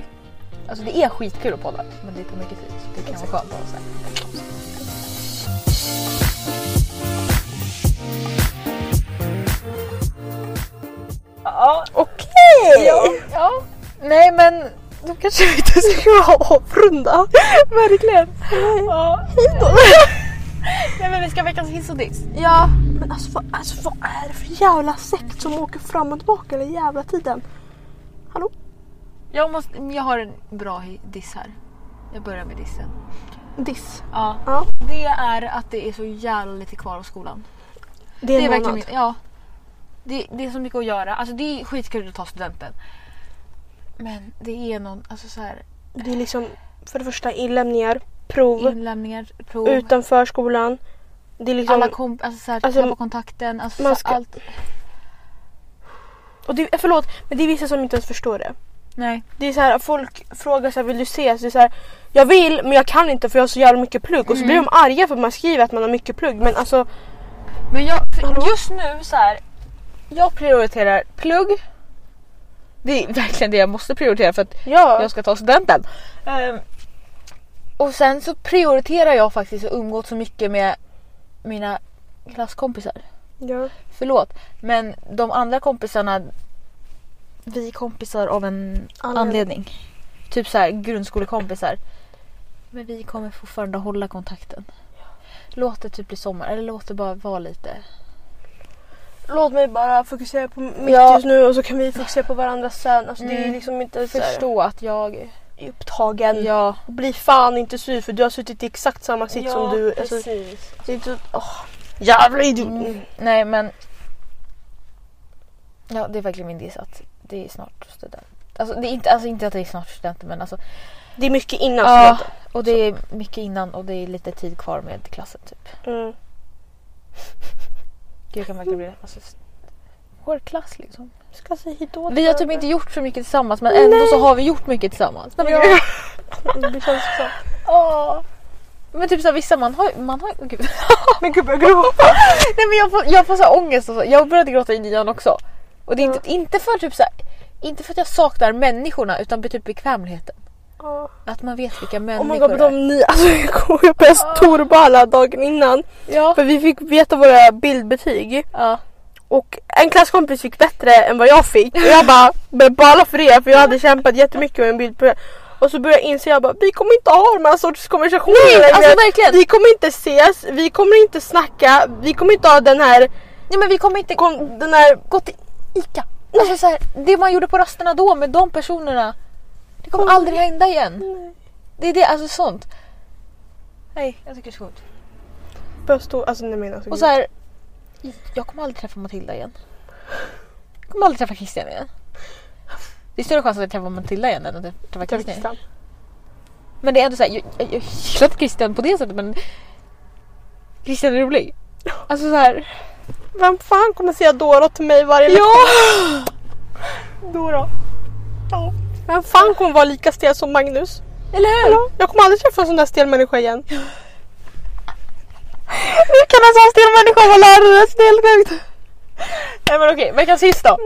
S3: Alltså det är skitkul att podda men det tar mycket tid. så Det kan vara skönt att ha så här. Ja,
S2: Okej!
S3: ja, ja. Nej men då kanske vi inte ska avrunda. Verkligen. Ja. Nej men vi ska veckans hiss och diss.
S2: Ja, men alltså vad, alltså vad är det för jävla sekt som åker fram och tillbaka hela jävla tiden?
S3: Jag, måste, jag har en bra hi- diss här. Jag börjar med dissen.
S2: Diss.
S3: Ja.
S2: Ja.
S3: Det är att det är så jävla lite kvar av skolan.
S2: Det är en
S3: det är verkligen
S2: månad.
S3: min- ja. det, det är så mycket att göra. Alltså det är skitkul att ta studenten. Men det är någon, alltså så här,
S2: Det är liksom för det första inlämningar, prov
S3: inlämningar, prov,
S2: utanför skolan. Det är liksom,
S3: alla komp- alltså så här,
S2: Alltså,
S3: tappa kontakten, alltså
S2: man
S3: så-
S2: ska-
S3: allt.
S2: och det, eh, förlåt, men det är vissa som inte ens förstår det.
S3: Nej.
S2: Det är så här, folk frågar så här, vill du ses? Det är så här, jag vill men jag kan inte för jag har så jävla mycket plugg. Och så
S3: Mm.
S2: blir de arga för att man skriver att man har mycket plugg. Men alltså,
S3: Men jag,
S2: Hallå?
S3: just nu så här, jag prioriterar plugg. Det är verkligen det jag måste prioritera för att
S2: ja.
S3: jag ska ta studenten. Ehm, och sen så prioriterar jag faktiskt att umgås så mycket med mina klasskompisar.
S2: ja.
S3: Förlåt, men de andra kompisarna, vi är kompisar av en
S2: Anledning.
S3: anledning. Typ så här grundskolekompisar. Men vi kommer fortfarande hålla kontakten. Låt det typ bli sommar, eller låt det bara vara lite.
S2: Låt mig bara fokusera på mitt
S3: Ja.
S2: just nu och så kan vi fokusera på varandra sen. Alltså, Det är
S3: Mm.
S2: liksom inte så här,
S3: Förstå att jag...
S2: upptagen.
S3: Ja,
S2: Och bli fan inte sur för du har suttit i exakt samma sits som du. Alltså,
S3: precis.
S2: det är inte, åh, jävla idiot.
S3: Mm. Nej men... Ja, det är verkligen min diss att det är snart student. Alltså, det är inte, alltså inte att det är snart studenten men alltså
S2: Det är mycket innan
S3: Ja,
S2: studenten.
S3: och det är mycket innan och det är lite tid kvar med klassen typ.
S2: Mm.
S3: Gud, jag kan verkligen bli alltså, vår klass liksom.
S2: Ska säga hejdå.
S3: Vi har typ inte gjort så mycket tillsammans men ändå så har vi gjort mycket tillsammans. Nej, men,
S2: Ja. Det känns så.
S3: Åh. men typ såhär vissa man har man har, gud.
S2: Men gud jag gråter.
S3: Nej men jag får, jag får så här ångest och så. Jag började gråta i nian också. Och det är inte, inte för typ så här, inte för att jag saknar människorna utan för typ bekvämligheten.
S2: Ja.
S3: Att man vet vilka
S2: Oh my
S3: människor
S2: god
S3: det är.
S2: de ni, alltså jag kommer- jag började storballa dagen innan.
S3: Ja.
S2: För vi fick veta våra bildbetyg.
S3: Ja.
S2: Och en klasskompis fick bättre än vad jag fick. Och jag bara började balla för det för jag hade kämpat jättemycket med en bild på det. Och så började jag inse jag bara, vi kommer inte ha de här sorts konversationer längre.
S3: Alltså verkligen.
S2: Vi kommer inte ses, vi kommer inte snacka, vi kommer inte ha den här...
S3: Nej men vi kommer inte
S2: Kon, den här
S3: gå till ICA. Alltså så här, det man gjorde på rasterna då med de personerna. Det kommer aldrig hända igen. Det är det, alltså sånt. Nej, jag tycker det är så sjukt.
S2: böstor, alltså nej men alltså,
S3: Och så här, jag kommer aldrig träffa Matilda igen. Jag kommer aldrig träffa Christian igen. Det är större chans att jag träffar Matilda igen än att jag träffar
S2: gud.
S3: Christian. Men det är ändå såhär, jag, jag, jag gillar inte Christian på det sättet men Christian är rolig. Alltså såhär,
S2: Vem fan kommer säga Dora till mig varje vecka?
S3: ja! Då då.
S2: Vem fan kommer vara lika stel som Magnus?
S3: Eller hur?
S2: Ja, Jag kommer aldrig träffa en sån där stel människa igen.
S3: Hur kan en sån stel människa vara lärare? Snällsjukt! Nej men okej, veckans hiss då.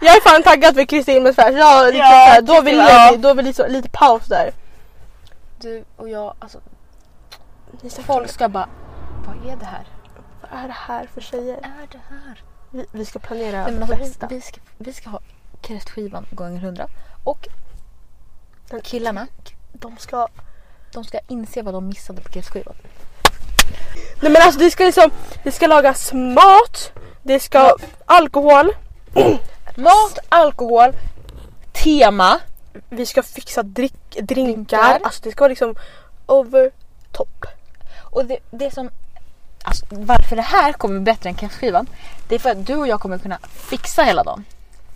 S2: Jag är fan taggad för Kristi himmelsfärd. så Jag, liksom,
S3: Ja,
S2: så här, då vill
S3: Kristi, ja.
S2: jag, då vill liksom, lite paus där.
S3: Du och jag, alltså folk ska bara... Vad är det här?
S2: Vad är det här för tjejer?
S3: Är det här?
S2: Vi, vi ska planera
S3: Nej, men
S2: det
S3: alltså,
S2: bästa.
S3: vi, vi, ska, vi ska ha kräftskivan gånger hundra. Och
S2: Den-
S3: killarna,
S2: De ska...
S3: de ska inse vad de missade på kräftskivan.
S2: Nej men alltså det ska liksom... Det ska lagas mat. Det ska... Alkohol.
S3: Mat, alkohol, tema.
S2: Vi ska fixa drick, drinkar.
S3: Drinkar.
S2: Alltså det ska vara liksom over top.
S3: Och det, det som... Alltså, varför det här kommer bättre än kräftskivan, det är för att du och jag kommer kunna fixa hela dagen.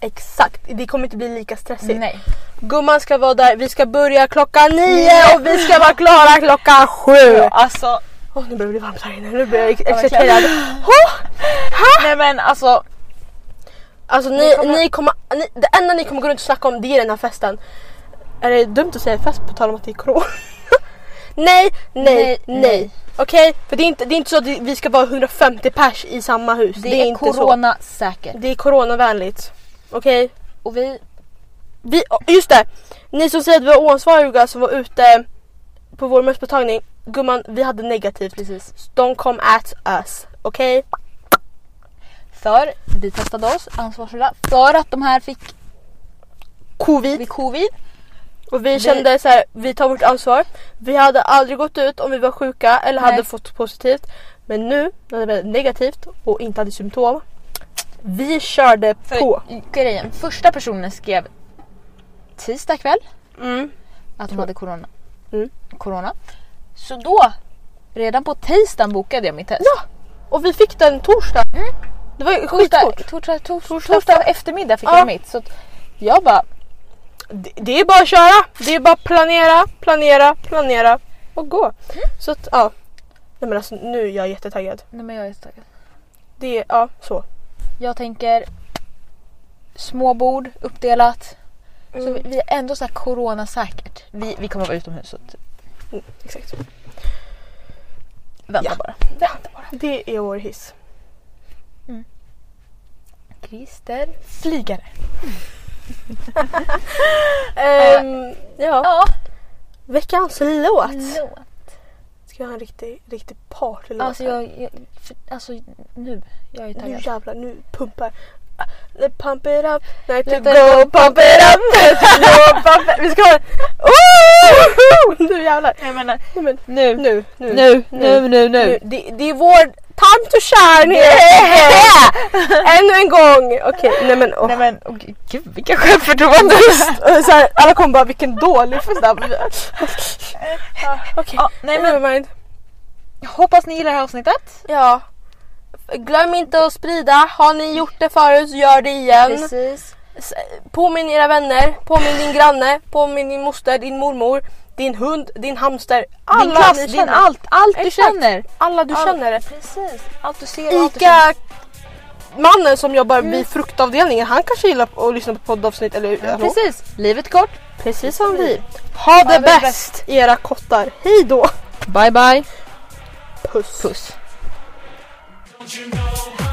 S2: Exakt. Det kommer inte bli lika stressigt.
S3: Mm. Nej.
S2: Gumman ska vara där. Vi ska börja klockan nio och vi ska vara klara klockan sju.
S3: Ja, Alltså,
S2: Åh, nu börjar det bli varmt här inne, nu blir jag ex-
S3: Ja, verkligen.
S2: exalterad. Åh!
S3: nej men alltså
S2: Alltså ni, ni kommer, ni, det enda ni kommer gå runt och snacka om det är den här festen. Är det dumt att säga fest på tal om att det är corona? nej, nej, nej.
S3: Nej, nej.
S2: Okej? För det är, inte, det är inte så att vi ska vara 150 pers i samma hus.
S3: Det, är,
S2: inte så.
S3: corona säkert.
S2: Det är coronavänligt. Okej?
S3: Och vi
S2: Vi, oh, just det! Ni som säger att vi var oansvariga som var ute på vår mössmottagning. Gumman, vi hade negativt.
S3: Precis.
S2: De kom at us. Okej?
S3: För vi testade oss ansvarsfulla för att de här fick
S2: Covid.
S3: vid covid.
S2: Och vi kände så här, vi tar vårt ansvar. Vi hade aldrig gått ut om vi var sjuka eller
S3: Nej.
S2: hade fått positivt. Men nu när det blev negativt och inte hade symptom. Vi körde
S3: För
S2: på.
S3: grejen, första personen skrev tisdag kväll
S2: Mm.
S3: att hon hade corona.
S2: Mm.
S3: corona. Så då, redan på tisdagen bokade jag mitt test.
S2: Ja, Och vi fick den torsdag. Det var ju
S3: torsdag,
S2: skitfort.
S3: torsdag, tors,
S2: Torsdag.
S3: torsdag, eftermiddag fick
S2: Ja.
S3: jag mitt. Så att jag bara,
S2: Det, det är bara att köra. Det är bara att planera, planera, planera och gå. Så att ja. Nej men alltså nu är jag jättetaggad.
S3: nej men jag är så taggad.
S2: Det är, ja så.
S3: Jag tänker små bord uppdelat. Så vi, vi är ändå så här coronasäkert. Vi, vi kommer vara utomhus så att
S2: Exakt.
S3: vänta
S2: Ja.
S3: bara.
S2: Det är vår hiss.
S3: Christer Flygare.
S2: Ehm, ja.
S3: Ja. Mm.
S2: Veckans låt.
S3: Låt.
S2: Ska jag ha en riktig, riktig partylåt?
S3: Alltså
S2: här?
S3: jag, jag för, alltså nu. Jag är
S2: Nu
S3: taggad.
S2: jävlar, nu pumpar. Ah, Pump it up, night to
S3: Let
S2: go,
S3: it go,
S2: pump it up,
S3: Typ
S2: night to go, pump it Vi ska ha oh! Nu jävlar.
S3: Jag menar
S2: Nej, men,
S3: nu. Nu,
S2: nu, nu.
S3: nu, nu, nu.
S2: Nu, det, det är vår time to shine yeah! Ännu en gång! Okej, nej men, åh.
S3: Nej men oh, gud vilka självförtroende.
S2: Så här, alla kommer bara vilken dålig förstapp. Okej,
S3: ja, nej men
S2: nevermind.
S3: hoppas ni gillar det här avsnittet.
S2: Ja. Glöm inte att sprida. Har ni gjort det förut så gör det igen.
S3: Precis.
S2: S- Påminn era vänner, påminn din granne, påminn din moster, din mormor, din hund, din hamster. Alla
S3: din klass,
S2: ni
S3: din
S2: känner.
S3: allt, allt du
S2: Exakt.
S3: känner.
S2: alla du
S3: All-
S2: känner.
S3: Precis. Allt du ser och allt du känner.
S2: Ica mannen som jobbar
S3: Mm.
S2: vid fruktavdelningen, han kanske gillar att lyssna på poddavsnitt eller hallå?
S3: Precis. Livet är kort.
S2: Precis som vi. Ha det
S3: det
S2: bäst,
S3: bäst.
S2: era kottar. Hej då!
S3: Bye bye.
S2: Puss.
S3: Puss.
S1: Don't you know my